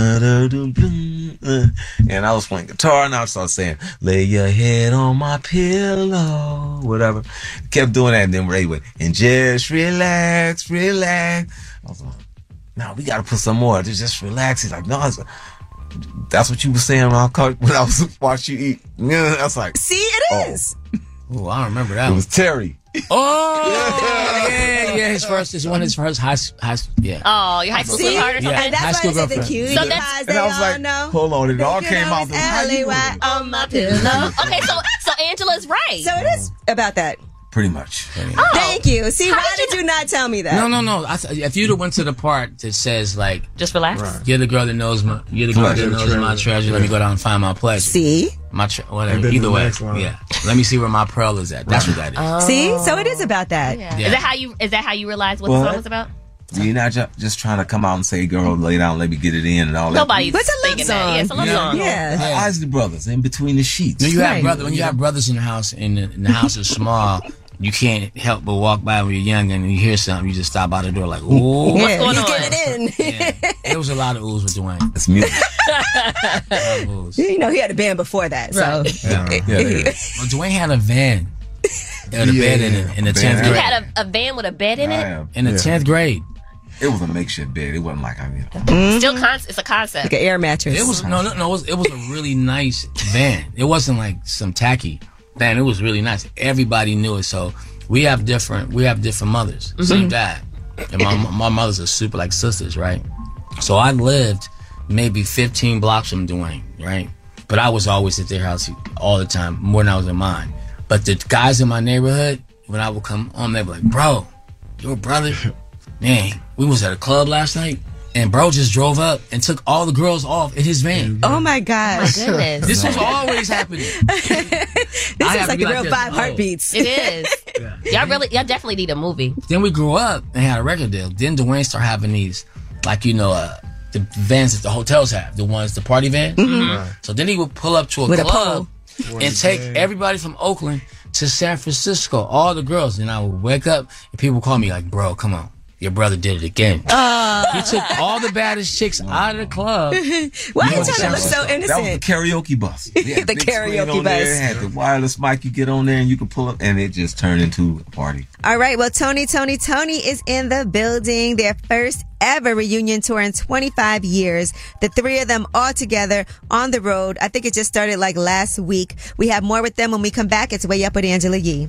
S8: I was playing guitar and I started saying, lay your head on my pillow, whatever. Kept doing that. And then Ray went, and just relax, relax. I was like, no, we got to put some more. Just, just relax. He's like, no, it's- that's what you were saying when I, caught, when I was watching you eat. I was like,
S1: see, it
S8: is.
S11: Oh, I remember that.
S8: It was Terry.
S11: Oh, yeah, yeah. His first, his one, his first high, s- high, s- yeah.
S3: Oh, your high school
S1: See?
S3: sweetheart or
S11: Yeah,
S3: something.
S11: And that's high why school they said the girlfriend. cutie
S3: So that's
S1: pies, they all know.
S8: Hold on, it all came out. the- how you doing?
S1: L-A-Y on my pillow.
S3: okay, so so Angela's right.
S1: So it is about that.
S3: Oh.
S8: Pretty much.
S1: Thank you. See, why did you not tell me that?
S11: No, no, no. I, if you'd have went to the part that says like,
S3: just relax.
S11: You're the girl that knows my. You're the girl
S21: Pleasure.
S11: that knows my treasure. Let me go down and find my pleasure.
S1: See,
S11: my tre- whatever.
S21: And then
S11: Either
S21: the
S11: way,
S21: next line.
S11: yeah. Let me see where my pearl is at. That's what that is.
S3: Oh.
S1: See, so it is about that.
S11: Yeah.
S3: Is that how you? Is that how you realize what
S8: Well,
S3: the song was about?
S8: You're not ju- just trying to come out and say, "Girl, lay down, let me get it in," and all
S3: Nobody's
S8: that.
S3: What's a love thinking that. song? Yeah, it's a love Yeah. song. Yeah.
S8: The Isley Brothers in between the sheets.
S11: When you have brother, when you have brothers in the house and the, and the house is small, you can't help but walk by when you're young and you hear something, you just stop by the door like, "Ooh,
S1: Yeah, he's getting it in.
S11: There was a lot of oohs with Dwayne.
S8: It's music.
S1: you know, he had a band before that, so.
S11: Yeah.
S8: Yeah, there it
S11: Well, Dwayne had a van. They had a bed in it in the tenth
S3: You
S11: grade.
S3: had a, a van with a bed in it.
S11: in the tenth grade.
S8: It was a makeshift bed. It wasn't like I mean.
S3: Still, con- it's a concept.
S1: mattress.
S11: It was no, no, no. It was, it was a really nice van. It wasn't like some tacky van. It was really nice. Everybody knew it. So we have different. We have different mothers. Same
S21: Mhm.
S11: dad. And my my mothers are super like sisters, right? So I lived maybe 15 blocks from Dwayne, right? But I was always at their house all the time, more than I was in mine. But the guys in my neighborhood, when I would come home, they'd be like, "Bro, your brother, man, we was at a club last night." And bro just drove up and took all the girls off in his van.
S1: Oh my gosh.
S11: My goodness. This was always happening.
S1: this
S11: I
S1: is
S11: have to
S1: like
S11: be
S1: the
S11: like
S1: real
S11: this.
S1: five
S11: Oh.
S1: heartbeats.
S3: It is. Y'all really, y'all definitely need a movie.
S11: Then we grew up and had a record deal. Then Dwayne started having these, like you know, uh, the vans that the hotels have, the ones the party van.
S21: Mhm. Right.
S11: So then he would pull up to a
S21: With a
S11: club
S21: pole.
S11: and take
S21: Dang.
S11: everybody from Oakland to San Francisco, all the girls. And I would wake up and people would call me like, "Bro, come on, your brother did it again." he took all the baddest chicks out of the club.
S1: Uh. Why you trying to look so
S8: That was the
S1: innocent?
S8: karaoke bus. They had
S1: The
S8: a big screen on
S1: karaoke
S8: there.
S1: bus.
S8: It had the wireless mic. You get on there and you can pull up, and it just turned into a party.
S1: All right. Well, Tony, Tony, Tony is in the building. Their first ever reunion tour in 25 years. The three of them all together on the road. I think it just started like last week. We have more with them when we come back. It's Way Up with Angela Yee.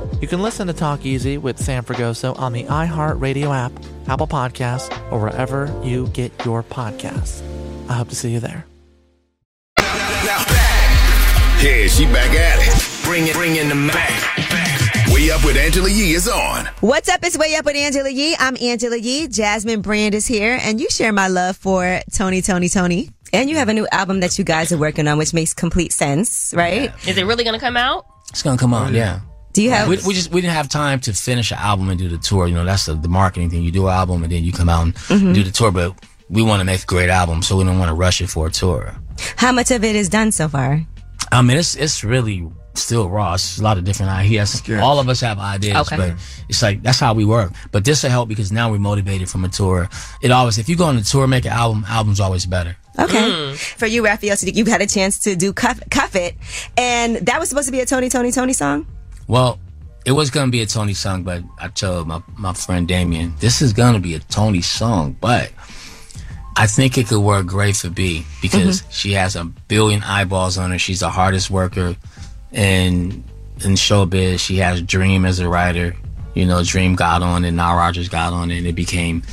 S16: You can listen to Talk Easy with Sam Fragoso on the iHeartRadio app, Apple Podcasts, or wherever you get your podcasts. I hope to see you there.
S5: Yeah, she back at it. Bring it, bring in the back. Way Up with Angela Yee is on.
S1: What's up? It's Way Up with Angela Yee. I'm Angela Yee. Jasmine Brand is here, and you share my love for Tony, Tony, Tony.
S9: And you have a new album that you guys are working on, which makes complete sense, right?
S3: Is it really going to come out?
S11: It's gonna come on, yeah.
S9: Do you have-
S11: We, we just we didn't have time to finish an album and do the tour. You know, that's the, the marketing thing. You do an album and then you come out and
S1: Mm-hmm.
S9: Mhm.
S11: do the tour. But we want to make a great album, so we don't want to rush it for a tour.
S9: How much of it is done so far?
S11: I mean, it's it's really still raw. It's a lot of different ideas. All of us have ideas,
S9: Okay.
S11: but it's like that's how we work. But this will help because now we're motivated from a tour. It always if you go on a tour, make an album. Album's always better.
S9: Okay.
S5: Mm.
S1: For you, Raphael, Sadiq, you had a chance to do Cuff, Cuff It, and that was supposed to be a Tony, Tony, Tony song.
S11: Well, it was gonna be a Tony song, but I told my my friend Damien, this is gonna be a Tony song, but I think it could work great for B because she has a billion eyeballs on her. She's the hardest worker in in showbiz. She has Dream as a writer. You know, Dream got on and now Rogers got on it, and it became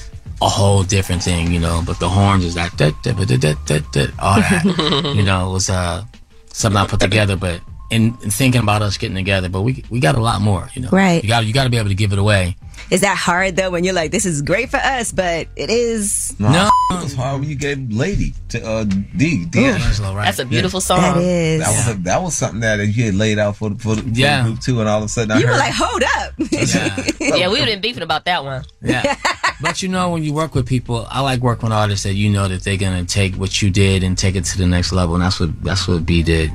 S11: a whole different thing, you know. But the horns is like that, that, that, that, that, that, all that. you know, it was uh something I put together, but in, in thinking about us getting together, but we we got a lot more, you know.
S1: Right.
S11: You got you got to be able to give it away.
S1: Is that hard though? When you're like, this is great for us, but it is.
S11: No,
S8: it was hard when you gave "Lady" to uh, D. D.
S3: Ooh, That's a beautiful song.
S8: That
S1: is.
S8: That was a, that was something that you had laid out for the for the, for
S11: Yeah.
S8: the group too, and all of a sudden I
S1: you
S8: heard
S1: were like, hold up.
S3: yeah, we've been beefing about that one.
S11: Yeah. but you know, when you work with people, I like working with artists that you know that they're gonna take what you did and take it to the next level, and that's what that's what B did,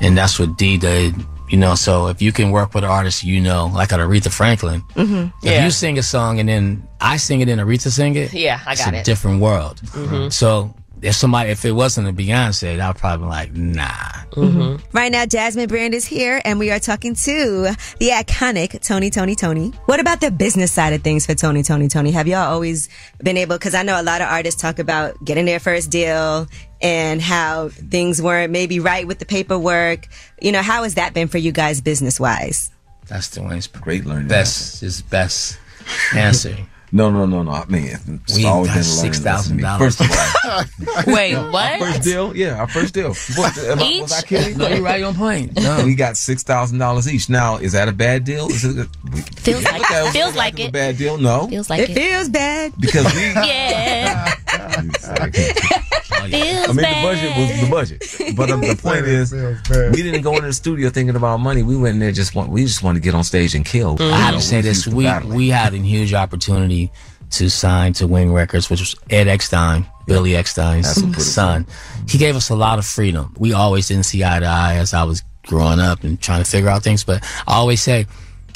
S11: and that's what D did. You know, so if you can work with an artist you know, like an Aretha Franklin,
S3: Mm-hmm.
S11: if
S3: Yeah.
S11: you sing a song and then I sing it and Aretha sing it,
S3: Yeah, I
S11: it's
S3: got
S11: a
S3: it.
S11: different world.
S3: Mhm.
S11: So if somebody, if it wasn't a Beyonce, I'd probably be like, nah.
S3: Mm-hmm.
S1: Right now, Jasmine Brand is here, and we are talking to the iconic Tony, Tony, Tony. What about the business side of things for Tony, Tony, Tony? Have y'all always been able? Because I know a lot of artists talk about getting their first deal and how things weren't maybe right with the paperwork. You know, how has that been for you guys business wise?
S11: That's the way it's
S8: great learning.
S11: Best is best answer.
S8: No, no, no, no. I mean, it's
S11: We
S8: always
S11: got
S8: been learning. Listen to me.
S11: $6,000
S8: First of all,
S3: Wait,
S8: Our first
S3: what?
S8: deal? Yeah, our first deal. What, am I, was I
S3: Each?
S8: kidding?
S3: No, you're right on point.
S11: No.
S8: We got six thousand dollars each. Now, is that a bad deal? Is it a,
S3: Feels like it. Feels like
S8: a
S3: it.
S8: bad deal? No,
S3: Feels like it.
S1: feels bad.
S8: because we.
S3: yeah.
S8: I
S3: feels
S8: mean,
S3: bad.
S8: the budget was the budget, but um, the point is, we didn't go into the studio thinking about money. We went in there just want we just wanted to get on stage and kill.
S3: Mm-hmm.
S11: I have to say this: we we had a huge opportunity to sign to Wing Records, which was Ed Eckstein, Billy Eckstein's
S8: That's a pretty-
S11: son. He gave us a lot of freedom. We always didn't see eye to eye as I was growing up and trying to figure out things, but I always say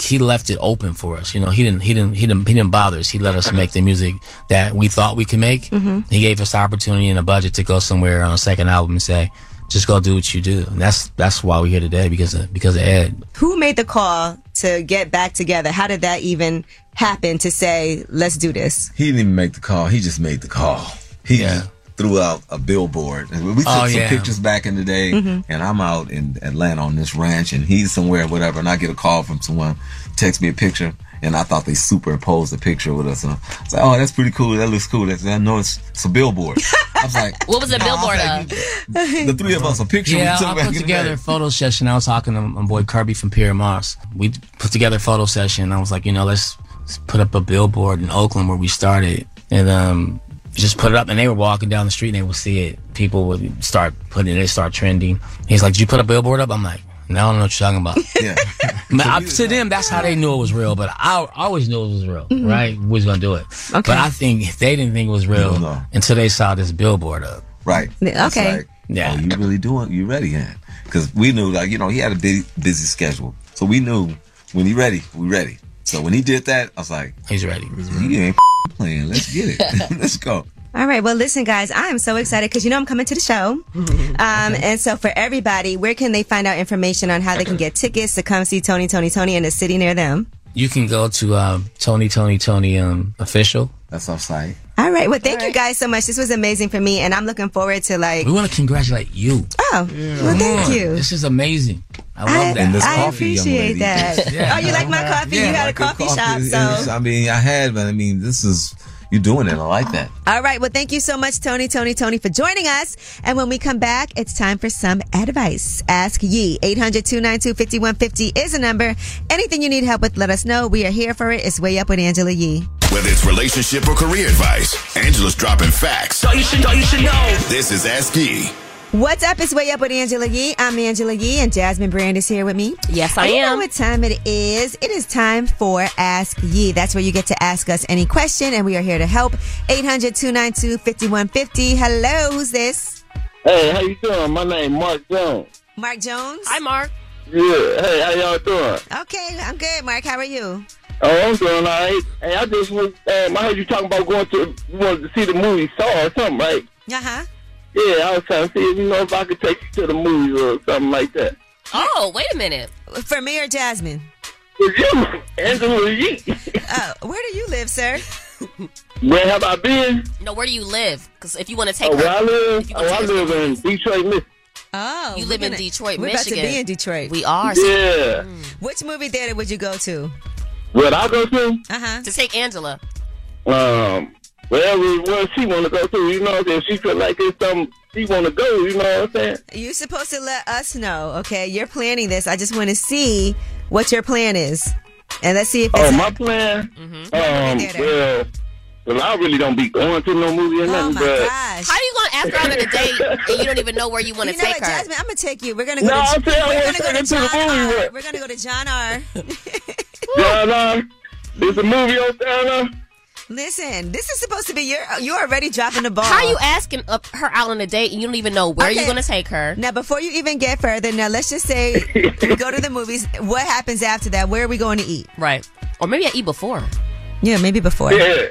S11: he left it open for us. You know, he didn't he didn't he didn't he didn't bother us. He let us make the music that we thought we could make.
S8: Mm-hmm.
S6: Mhm.
S11: He gave us the opportunity and a budget to go somewhere on a second album and say, just go do what you do. And that's that's why we're here today because of because of Ed.
S1: Who made the call to get back together? How did that even happen to say, let's do this?
S8: He didn't even make the call. He just made the call. He just threw out a billboard. And we took
S1: Oh,
S8: some
S1: yeah.
S8: pictures back in the day,
S1: Mhm.
S8: and I'm out in Atlanta on this ranch, and he's somewhere, whatever. And I get a call from someone, text me a picture, and I thought they superimposed the picture with us. And I was like, oh, that's pretty cool. That looks cool. That's, I know it's, it's a billboard. I was like,
S3: What was the billboard of?
S8: the three of us, a picture
S11: Yeah,
S8: we took
S11: I
S8: back
S11: put
S8: in
S11: together
S8: the
S11: a
S8: day.
S11: photo session. I was talking to my boy Kirby from Pierre Moss. We put together a photo session. I was like, you know, let's, let's put up a billboard in Oakland where we started, and um, just put it up. And they were walking down the street, and they would see it. People would start putting it. They start trending. He's like, "Did you put a billboard up?" I'm like, "No, I don't know what you're talking about."
S8: Yeah.
S11: Man, I- to them, that's how they knew it was real. But I I always knew it was real,
S8: Mm-hmm.
S3: Mhm.
S11: right? We was gonna do it. But I think if they didn't think it was real until they saw this billboard up.
S8: Right. It's like,
S11: yeah.
S8: Oh, you really doing? You ready? Yeah. Because we knew, like, you know, he had a busy, busy schedule. So we knew when he ready, we ready. So when he did that, I was like,
S11: he's ready. Mm-hmm.
S8: He ain't playing. Let's get it. Let's go.
S1: All right. Well, listen, guys, I am so excited because you know I'm coming to the show. Um, And so, for everybody, where can they find out information on how they can get tickets to come see Tony, Tony, Tony in a city near them?
S11: You can go to um, Tony Tony Tony um, official.
S8: That's our site.
S1: All right. Well, thank you guys so much. This was amazing for me, and I'm looking forward to like.
S11: We want to congratulate you.
S1: Oh, well,
S11: Come
S1: thank
S11: on.
S1: you.
S11: This is amazing. I love that.
S8: And this
S1: I
S8: coffee, young
S1: appreciate
S8: lady.
S1: that.
S8: Yeah.
S1: oh, you like my coffee? you got a coffee, shop,
S8: Coffee,
S1: so.
S8: I mean, I had, but I mean, this is, you're doing it. I like that.
S1: All right. Well, thank you so much, Tony, Tony, Tony, for joining us. And when we come back, it's time for some advice. Ask Ye. 800 292 5150 is a number. Anything you need help with, let us know. We are here for it. It's Way Up with Angela Yee.
S5: Whether it's relationship or career advice, Angela's dropping facts. So you should, so you should know. This is Ask Yee.
S1: What's up? It's Way Up with Angela Yee. I'm Angela Yee, and Jasmine Brand is here with me.
S3: Yes, I
S1: And you
S3: am.
S1: know what time it is? It is time for Ask Yee. That's where you get to ask us any question, and we are here to help. 800 292 5150. Hello, who's this?
S12: Hey, how you doing? My name Mark Jones.
S1: Mark Jones. Hi,
S3: Mark.
S12: Yeah, hey, how y'all doing?
S1: Okay, I'm good, Mark. How are you?
S12: Oh, I'm doing all right. Hey, I just was, um, I heard you talking about going to you wanted to see the movie Saw or something, right?
S1: Uh huh.
S12: Yeah, I was trying to see if you know if I could take you to the movies or something like that.
S3: Oh, wait a minute.
S1: For me or Jasmine?
S12: you, Angela Yee.
S1: Oh, where do you live, sir?
S12: Where have I been?
S3: No, where do you live? Because if you want to take
S12: Oh, where
S3: her-
S12: I live?
S3: you
S12: Oh,
S3: wanna
S12: I
S3: take
S12: live in Detroit, Michigan.
S1: Oh,
S3: You
S1: we're
S3: live in
S1: gonna-
S3: Detroit,
S1: we're
S3: Michigan.
S1: about to be in Detroit.
S3: We are.
S12: Yeah.
S1: Which movie theater would you go to?
S12: Where I go to?
S1: Uh huh.
S3: To take Angela.
S12: um, wherever where she want to go to, you know, if she feel like it's something she want to go, you know what I'm saying?
S1: You're supposed to let us know, okay? You're planning this. I just want to see what your plan is, and let's see if.
S12: Oh,
S1: it's
S12: my plan?
S3: Mm-hmm.
S12: Um, well, well, I really don't be going to no movie
S3: Oh
S12: or
S1: Oh,
S12: nothing, but
S3: How you going to ask her out on a date and you don't even know where you want to
S1: You know
S3: take
S1: what,
S3: her?
S1: Jasmine? I'm gonna take you. We're gonna go.
S12: No, I'm
S1: to,
S12: saying I
S1: we're
S12: wanna
S1: gonna go
S12: take
S1: to
S12: it to the
S1: John
S12: movie,
S1: R.
S12: but-
S1: We're gonna go to John R.
S12: John R. There's a movie on John R.
S1: Listen, this is supposed to be your. You're already dropping the ball.
S3: How you asking up her out on a date and you don't even know where
S1: Okay.
S3: you're going to take her?
S1: Now, before you even get further, now let's just say we go to the movies. What happens after that? Where are we going to eat?
S3: Right. Or maybe I eat before.
S1: Yeah, maybe before.
S12: Yeah.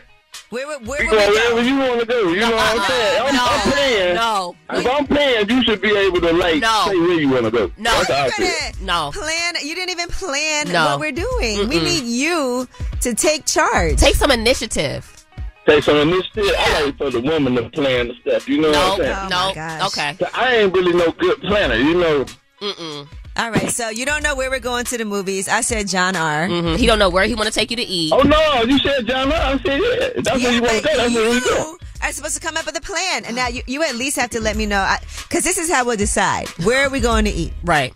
S1: Where, where,
S12: You go wherever you want to go, you know what I'm saying? I'm, I'm
S3: No,
S12: playing.
S3: no.
S12: If I'm playing, you should be able to, like,
S3: No.
S12: say where you want to go.
S3: No.
S12: That's how I feel.
S3: No.
S1: Plan. You didn't even plan
S3: No.
S1: what we're doing. We
S3: Mm-mm.
S1: need you to take charge.
S3: Take some initiative.
S12: Take some initiative. I like for the woman to plan the stuff, you know
S3: No,
S12: what I'm
S1: Oh,
S12: saying?
S3: no. okay.
S12: So I ain't really no good planner, you know.
S3: Mm-mm.
S1: All right. So you don't know where we're going to the movies. I said John R.
S3: Mhm. He don't know where he want to take you to
S1: Mm.
S3: eat.
S12: Oh, no, you said John R. I said, yeah, that's where you want to go. That's where we go.
S1: Are supposed to come up with a plan, and now you, you at least have to let me know, because this is how we'll decide where are we going to eat.
S3: Right.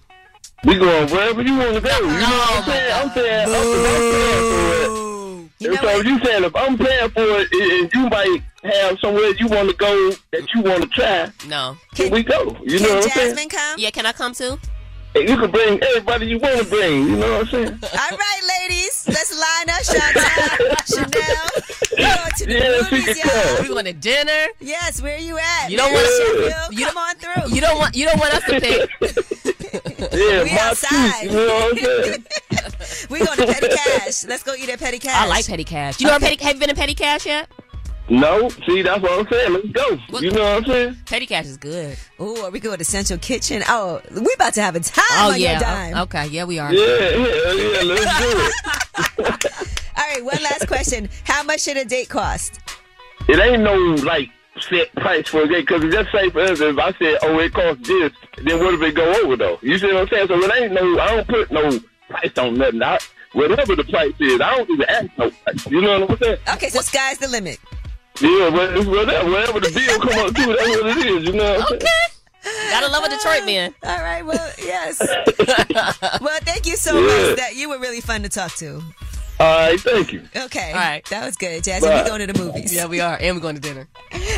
S12: We going wherever you want to go. You know what I'm saying? I'm saying, I'm, I'm paying for it. And so you saying if I'm paying for it, and and you might have somewhere you want to go that you want to try,
S3: No.
S12: can we go? You know what I'm saying?
S1: come?
S3: Yeah, can I come too?
S12: And you can bring everybody you want to bring. You know what I'm saying?
S1: All right, ladies, let's line up, Chantel, Chanel. We're going to the
S12: Yeah, she
S1: movies,
S12: can come.
S1: y'all.
S12: We
S3: going to dinner.
S1: Yes, where you at?
S3: You don't
S1: Mary
S3: wanna-
S1: Sheffield, come on through.
S3: You don't want you don't want us to pick.
S12: Yeah,
S1: we
S12: my
S1: outside.
S12: tooth, you know what I'm saying?
S1: we going to Petty Cash. Let's go eat at Petty Cash.
S3: I like petty cash. You know, petty, have you been in petty cash yet?
S12: No, see, that's what I'm saying. Let's go. You know what I'm saying?
S3: Petty cash is good.
S1: Ooh, are we going to Central Kitchen? Oh, we about to have a time
S3: Oh,
S1: on
S3: yeah.
S1: your dime.
S3: Oh, okay. Yeah, we are.
S12: Yeah, yeah, yeah. Let's do it.
S1: All right, one last question. How much should a date cost?
S12: It ain't no like set price for a date because just say for instance, if I said, oh, it costs this, then what if it go over though? You see what I'm saying? So it ain't no, I don't put no price on nothing. I, whatever the price is, I don't even ask no price. You know what I'm saying?
S1: Okay, so sky's the limit.
S12: Yeah, but it's whatever, whatever the bill come up to, that's what it is. You know what I'm saying?
S3: Gotta love a Detroit man.
S1: All right, well, yes. well, thank you so
S12: Yeah.
S1: much. That you were really fun to talk to.
S12: All right, thank you.
S1: Okay.
S3: All right.
S1: That was good, Jasmine. We're going to the movies.
S3: Yeah, we are. And we're going to dinner.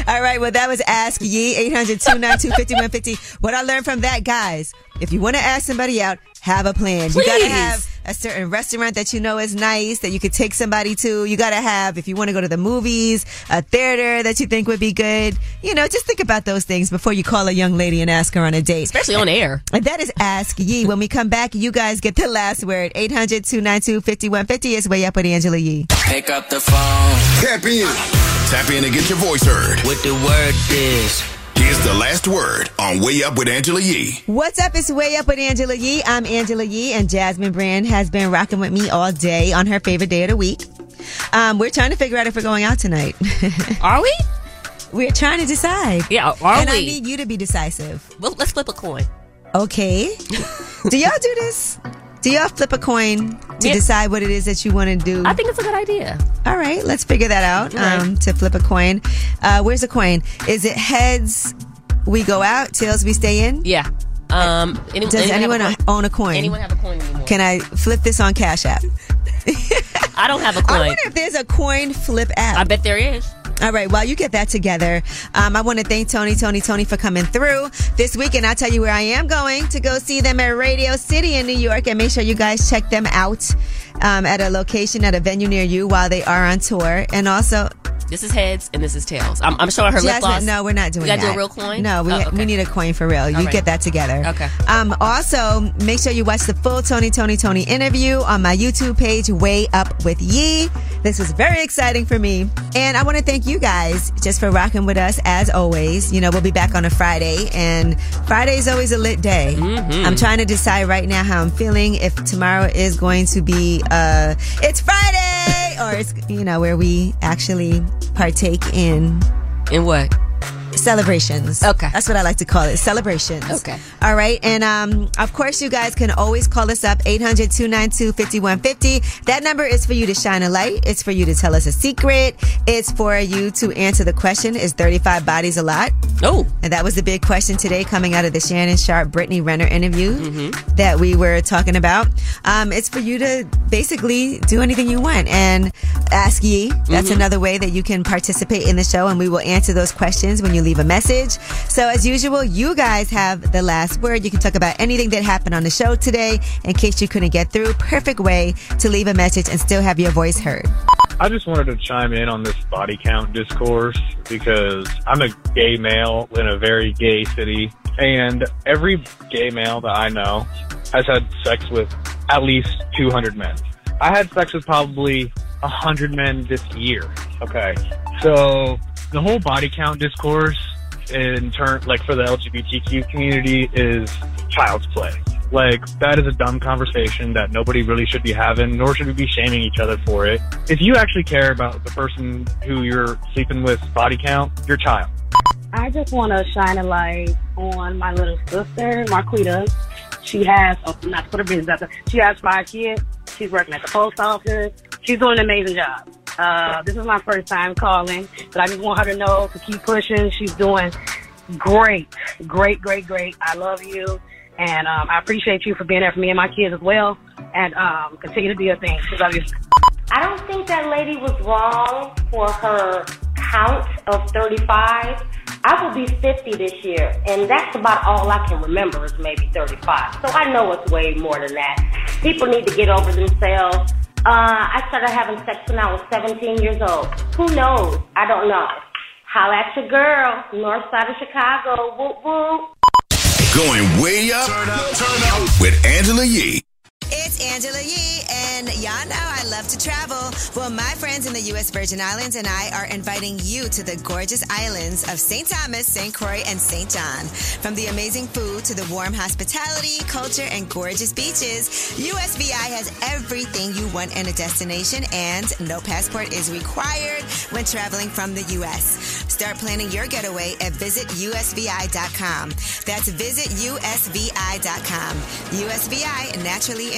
S1: All right, well, that was Ask Ye, 800 292 5150. What I learned from that, guys, if you want to ask somebody out, have a plan. You got to
S9: Please.
S1: have a certain restaurant that you know is nice, that you could take somebody to. You got to have, if you want to go to the movies, a theater that you think would be good. You know, just think about those things before you call a young lady and ask her on a date.
S3: Especially on air.
S1: And that is Ask Ye. When we come back, you guys get the last word. 800 292 5150 is way up with Angela Yee.
S4: Pick up the phone. Tap in. Tap in and get your voice heard. What the word is. Here's the last word on Way Up with Angela Yee.
S1: What's up? It's Way Up with Angela Yee. I'm Angela Yee, and Jasmine Brand has been rocking with me all day on her favorite day of the week. Um, we're trying to figure out if we're going out tonight.
S3: are we?
S1: We're trying to decide.
S3: Yeah, are
S1: and I
S3: we?
S1: need you to be decisive.
S3: Well, let's flip a coin.
S1: Okay. do y'all do this? Do y'all flip a coin to
S3: Yeah.
S1: decide what it is that you want to do?
S3: I think it's a good idea.
S1: All right, let's figure that out.
S3: All right.
S1: Um, to flip a coin, uh, where's the coin? Is it heads? We go out. Tails? We stay in.
S3: Yeah. Um. any-
S1: Does anyone
S3: have
S1: own a coin?
S3: Anyone have a coin anymore?
S1: Can I flip this on Cash App?
S3: I don't have a coin.
S1: I wonder if there's a coin flip app. I
S3: bet there is.
S1: All right, while you get that together, um, I want to thank Tony, Tony, Tony for coming through this weekend. I'll tell you where I am going to go see them at Radio City in New York and make sure you guys check them out um, at a location, at a venue near you while they are on tour. And also,
S3: This is heads and this is tails. I'm, I'm showing her lip
S1: Jasmine,
S3: gloss.
S1: No, we're not doing
S3: we gotta do
S1: that.
S3: a real coin?
S1: No, we,
S3: Oh, okay.
S1: we need a coin for real. You
S3: All right.
S1: get that together.
S3: Okay.
S1: Um, also, make sure you watch the full Tony, Tony, Tony interview on my YouTube page, Way Up With Ye. This was very exciting for me. And I want to thank you guys just for rocking with us as always. You know, we'll be back on a Friday, and Friday is always a lit day.
S3: Mm-hmm.
S1: I'm trying to decide right now how I'm feeling, if tomorrow is going to be, uh, it's Friday, or it's, you know, where we actually partake in.
S3: In what?
S1: Celebrations. Okay. That's what I like to call it. Celebrations. Okay. All right. And um, of course, you guys can always call us up 800 292 5150. That number is for you to shine a light. It's for you to tell us a secret. It's for you to answer the question Is 35 bodies a lot?
S3: No.
S1: And that was the big question today coming out of the Shannon Sharp Brittany Renner interview that we were talking about. Um, it's for you to basically do anything you want and ask ye. That's
S9: Mhm.
S1: another way that you can participate in the show, and we will answer those questions when you leave a message. So, as usual, you guys have the last word. You can talk about anything that happened on the show today in case you couldn't get through. Perfect way to leave a message and still have your voice heard.
S21: I just wanted to chime in on this body count discourse because I'm a gay male in a very gay city, and every gay male that I know has had sex with at least 200 men. I had sex with probably 100 men this year. Okay. So the whole body count discourse in turn, like for the LGBTQ community, is child's play. Like, that is a dumb conversation that nobody really should be having, nor should we be shaming each other for it. If you actually care about the person who you're sleeping with body count, your child.
S14: I just want to shine a light on my little sister, Marquita. She has, oh, not to put her business out there, she has five kids. She's working at the post office. She's doing an amazing job. Uh, this is my first time calling, but I just want her to know to keep pushing. She's doing great, great, great, great. I love you, and um, I appreciate you for being there for me and my kids as well. And um, continue to do your thing. Love you.
S20: I don't think that lady was wrong for her count of 35. I will be 50 this year, and that's about all I can remember is maybe 35. So I know it's way more than that. People need to get over themselves. Uh, I started having sex when I was 17 years old. Who knows? I don't know. Holla at your girl, north side of Chicago. Whoop whoop.
S5: Going way up with Angela Yee.
S22: It's Angela Yee, and y'all know I love to travel. Well, my friends in the U.S. Virgin Islands and I are inviting you to the gorgeous islands of St. Thomas, St. Croix, and St. John. From the amazing food to the warm hospitality, culture, and gorgeous beaches, USVI has everything you want in a destination, and no passport is required when traveling from the U.S. Start planning your getaway at visitusvi.com. That's visitusvi.com. USVI, naturally